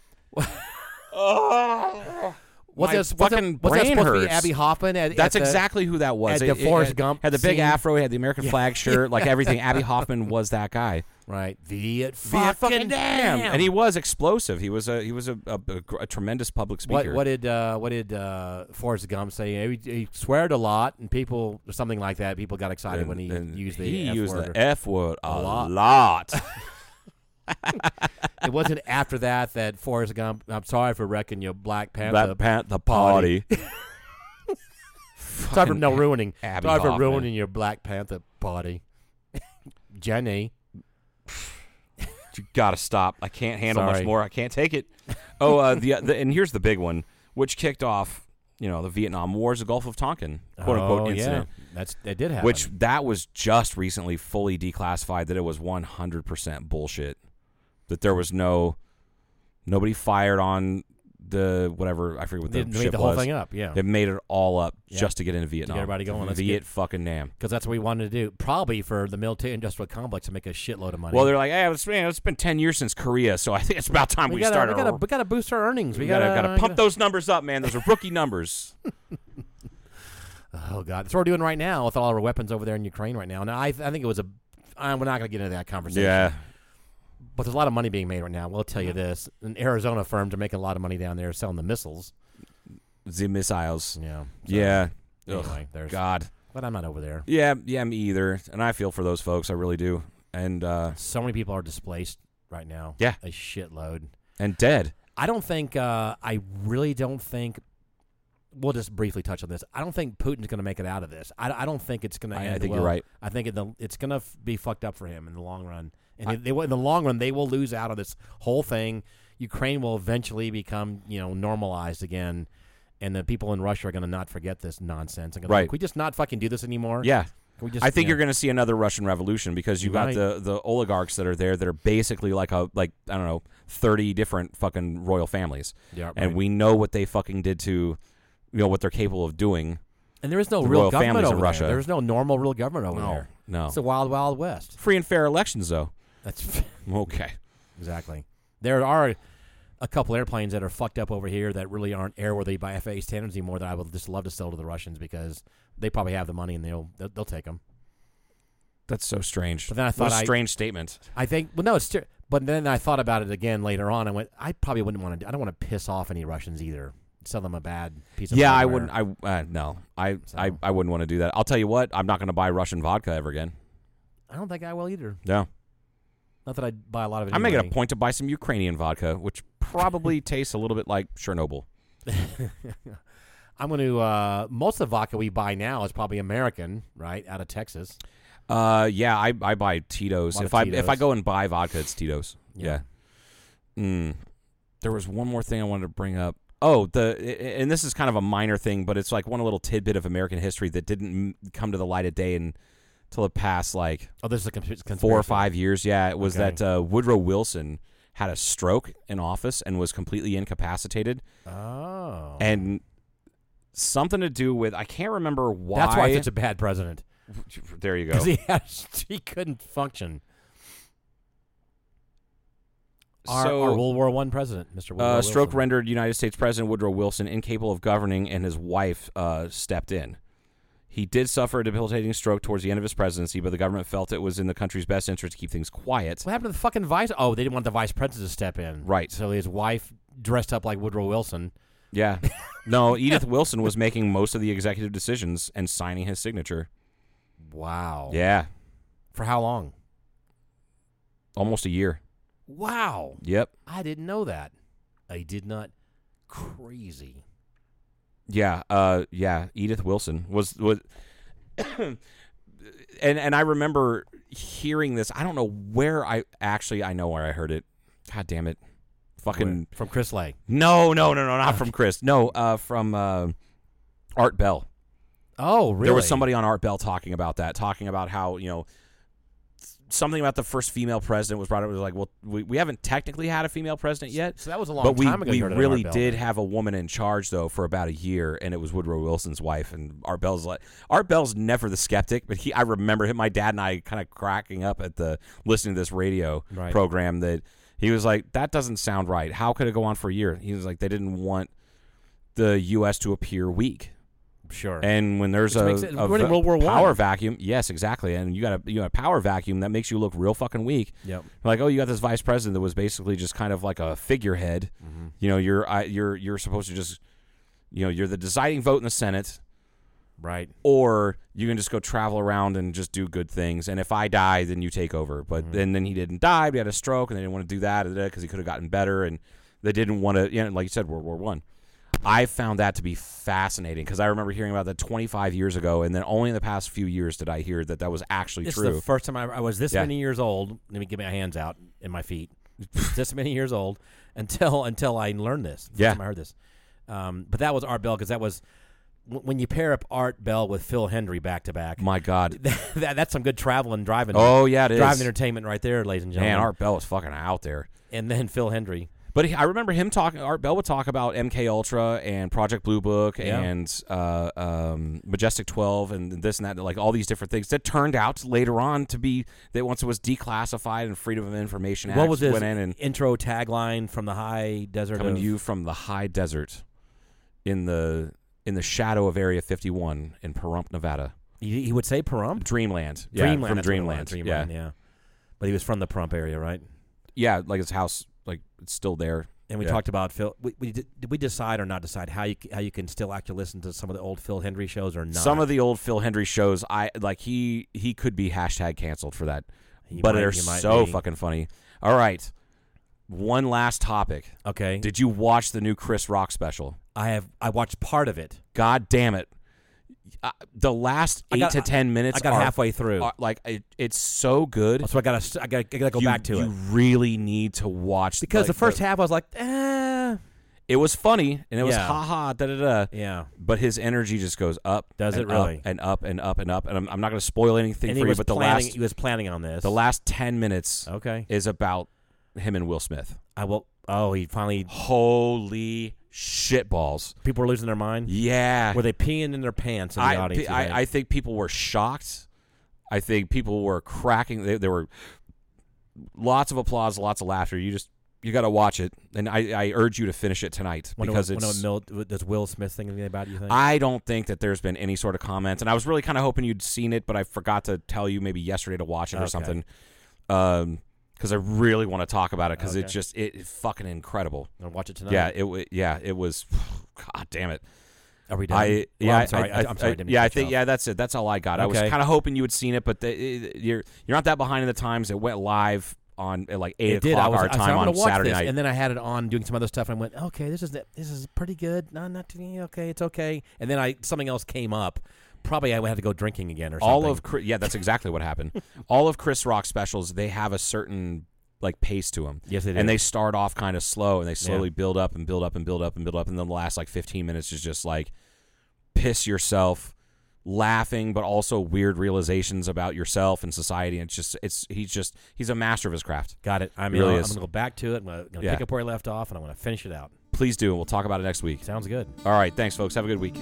oh. Was My this was that- fucking was that brain supposed to hurts. be Abby Hoffman? At, That's at the- exactly who that was. at the Forrest had- Gump had the big scene. afro, he had the American flag shirt, like everything. Abby Hoffman was that guy. right. Viet Be a fucking, damn. And he was explosive. He was a he was a, a, a gr- a tremendous public What, speaker. what did uh, what did uh, Forrest Gump say? He, he sweared a lot, and people or something like that. People got excited And- when he and used the he F used word. the F word a, lot. lot. it wasn't after that that Forrest Gump. I'm sorry for wrecking your Black Panther. Black Panther party. sorry for no ruining. Abby sorry for Hoffman. ruining your Black Panther party, Jenny. you gotta stop. I can't handle much Sorry. more. I can't take it. Oh, uh, the, the and here's the big one, which kicked off, you know, the Vietnam War's the Gulf of Tonkin, quote Oh, unquote incident, Yeah, that's that did happen. which that was just recently fully declassified. That it was 100 percent bullshit. That there was no nobody fired on the whatever I forget what the They made ship the whole was. thing up, yeah. it made it all up Yeah. just to get into Vietnam. everybody going, let's Viet get- fucking damn. because that's what we wanted to do, probably for the military-industrial complex to make a shitload of money. Well, they're like, hey, it's been, it's been 10 years since Korea, so I think it's about time we, we, gotta, started. we gotta we gotta boost our earnings. We, We gotta, gotta pump gotta- those numbers up, man. Those are rookie numbers. Oh God, that's what we're doing right now with all our weapons over there in Ukraine right now. Now I, I think it was a. Uh, we're not going to get into that conversation. but there's a lot of money being made right now. We'll tell you this: an Arizona firms are making a lot of money down there selling the missiles. the missiles. Yeah, so, Yeah. Ugh, Anyway, there's. God. But I'm not over there. Yeah, yeah, me either. And I feel for those folks. I really do. And uh, So many people are displaced right now. Yeah. a shitload. and dead. I don't think. Uh, I really don't think. We'll just briefly touch on this. I don't think Putin's going to make it out of this. I, I don't think it's going to. I- I end think you're well. right. I think in the, it's going to f- be fucked up for him in the long run. And they will in the long run, they will lose out of this whole thing. Ukraine will eventually become you know normalized again, and the people in Russia are going to not forget this nonsense. And gonna, Right. Can we just not fucking do this anymore? Yeah. Can we just, I think you you're know, going to see another Russian revolution because you You're got right. the, the oligarchs that are there that are basically like a like I don't know thirty different fucking royal families, Yeah, and right. we know what they fucking did to, you know what they're capable of doing. And there is no the real royal government families over in Russia. there. There's no normal real government over No, there. no. It's the wild, wild west. Free and fair elections, though. That's. Okay. Exactly. There are a couple airplanes that are fucked up over here that really aren't airworthy by FAA standards anymore. That I would just love to sell to the Russians because they probably have the money and they'll they'll, they'll take them. That's so strange. But then I thought what a I- strange statement. I think. Well, no, it's ter- But then I thought about it again later on. I went, I probably wouldn't want to. I don't want to piss off any Russians either. Sell them a bad piece of. yeah, I hardware. wouldn't. I uh, no, I, I I wouldn't want to do that. I'll tell you what, I'm not going to buy Russian vodka ever again. I don't think I will either. No, Not that I buy a lot of it. I'm making a anyway. point to buy some Ukrainian vodka, which probably tastes a little bit like Chernobyl. I'm going to. Uh, most of the vodka we buy now is probably American, right, out of Texas. Uh, yeah, I, I buy Tito's. Lot of If I if I Tito's. go and buy vodka, it's Tito's. Yeah. Mm. There was one more thing I wanted to bring up. Oh, the and this is kind of a minor thing, but it's like one little tidbit of American history that didn't m- come to the light of day until the past like Oh, this is a cons- conspiracy. four or five years. Yeah, it was Okay. that uh, Woodrow Wilson had a stroke in office and was completely incapacitated, Oh, and something to do with I can't remember why. that's why it's a bad president there you go. because he had, he couldn't function. Our, So- our World War One president, Mr. Woodrow Uh, stroke Wilson. rendered United States President Woodrow Wilson incapable of governing, and his wife uh, stepped in. He did suffer a debilitating stroke towards the end of his presidency, but the government felt it was in the country's best interest to keep things quiet. What happened to the fucking vice? Oh, they didn't want the vice president to step in. Right. So his wife dressed up like Woodrow Wilson. Yeah. No, Edith Wilson was making most of the executive decisions and signing his signature. Wow. Yeah. For how long? Almost a year. Wow. Yep. I didn't know that. I did not. Crazy. Yeah, uh, yeah. Edith Wilson was was, and and I remember hearing this. I don't know where I actually I know where I heard it. God damn it, fucking From Chris Lay. no, no, no, no, not from Chris. No, uh, from uh, Art Bell. Oh, really? There was somebody on Art Bell talking about that, talking about how you know something about the first female president was brought up. It was like, well, we, we haven't technically had a female president yet. So that was a long but we, time ago. we you heard it on really Art Bell. did have a woman in charge though for about a year, and it was Woodrow Wilson's wife. And Art Bell's like Art Bell's never the skeptic, but he I remember him, my dad and I kind of cracking up at the listening to this radio Right. program that he was like, that doesn't sound right. How could it go on for a year? He was like, they didn't want the U.S. to appear weak. Sure. And when there's Which a, makes it- a we're in va- World War One. power vacuum, yes, exactly. And you got a you got a power vacuum that makes you look real fucking weak. Yep. Like, oh, you got this vice president that was basically just kind of like a figurehead. Mm-hmm. You know, you're I, you're you're supposed to just, you know, you're the deciding vote in the Senate, right. or you can just go travel around and just do good things. And if I die, then you take over. But Mm-hmm. then then he didn't die. But he had a stroke, and they didn't want to do that because he could have gotten better, and they didn't want to. You know, like you said, World War One. I found that to be fascinating because I remember hearing about that 25 years ago, and then only in the past few years did I hear that that was actually This is true. the first time I, I was this Yeah. many years old. Let me get my hands out and my feet. this many years old until until I learned this. First Yeah. time I heard this. Um, but that was Art Bell because that was w- when you pair up Art Bell with Phil Hendry back to back. My God, that, that's some good travel and driving. Oh, yeah, it is. driving entertainment right there, ladies and gentlemen. man, Art Bell is fucking out there. and then Phil Hendry. But he, I remember him talking. Art Bell would talk about MK Ultra and Project Blue Book Yeah. and uh, um, Majestic Twelve and this and that, like all these different things that turned out later on to be that once it was declassified and Freedom of Information Act What was his went in and intro tagline from the high desert? coming Of, to you from the high desert in the in the shadow of Area Fifty One in Pahrump, Nevada, he, he would say Pahrump, Dreamland, Yeah, from Dreamland that's what it was, Dreamland, Dreamland, yeah. yeah. But he was from the Pahrump area, right? yeah, like his house, like it's still there. And we Yeah. talked about Phil. We, we did, did we decide or not decide how you c- how you can still actually listen to some of the old Phil Hendry shows or not? Some of the old Phil Hendry shows, I like he he could be hashtag canceled for that, He but might- they're he might so be. fucking funny. All right, one last topic. okay, Did you watch the new Chris Rock special? I have I watched part of it. God damn it! Uh, the last I eight got- to ten minutes, I got are- halfway through. are- like it, it's so good. So I gotta st- I gotta, I gotta go You- back to you it really need to watch because like, the first half I was like, eh, it was funny and it was Yeah. ha ha da da da. yeah. But his energy just goes up. Does and it really? Up and up and up and up. And I'm, I'm not going to spoil anything And for he you. was but the planning. last he was planning on this. The last 10 minutes Okay. is about him and Will Smith. I will. Oh, he finally. Holy shitballs. People were losing their mind. Yeah. Were they peeing in their pants in the I, audience? you think? I, I think people were shocked. I think people were cracking. There, there were lots of applause, lots of laughter. You just, you got to watch it. And I, I urge you to finish it tonight Wonder because what- wonder it's. what Mil- does Will Smith think anything about it, you? Think I don't think that there's been any sort of comments, and I was really kind of hoping you'd seen it, but I forgot to tell you maybe yesterday to watch it or Okay. something, because because I really want to talk about it because it just it, it fucking incredible. I'll watch it tonight. Yeah, it wa- yeah it was. God damn it! Are we done? I Well, yeah I'm sorry. I, am sorry. I didn't mean to yeah, I cut you think off. yeah, that's it. That's all I got. I was Okay. kind of hoping you had seen it, but the, it- you're you're not that behind in the times. It went live on at like eight It did. o'clock I was our I said, time I'm on gonna watch Saturday this. night. and then I had it on doing some other stuff. And I went, okay, this is this is pretty good. No, not to me. Okay, it's okay. And then I something else came up. Probably I would have to go drinking again or something. all of Chris, yeah, that's exactly what happened. all of Chris Rock specials, they have a certain like pace to them. Yes, they do. And they start off kind of slow, and they slowly build up and build up and build up and build up, and then the last like fifteen minutes is just like piss yourself, laughing, but also weird realizations about yourself and society. And it's just it's he's just he's a master of his craft. got it. I'm, It really gonna, I'm is. gonna go back to it. I'm gonna, gonna Yeah. pick up where I left off, and I'm gonna finish it out. Please do, and we'll talk about it next week. Sounds good. All right, thanks, folks. Have a good week.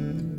Thank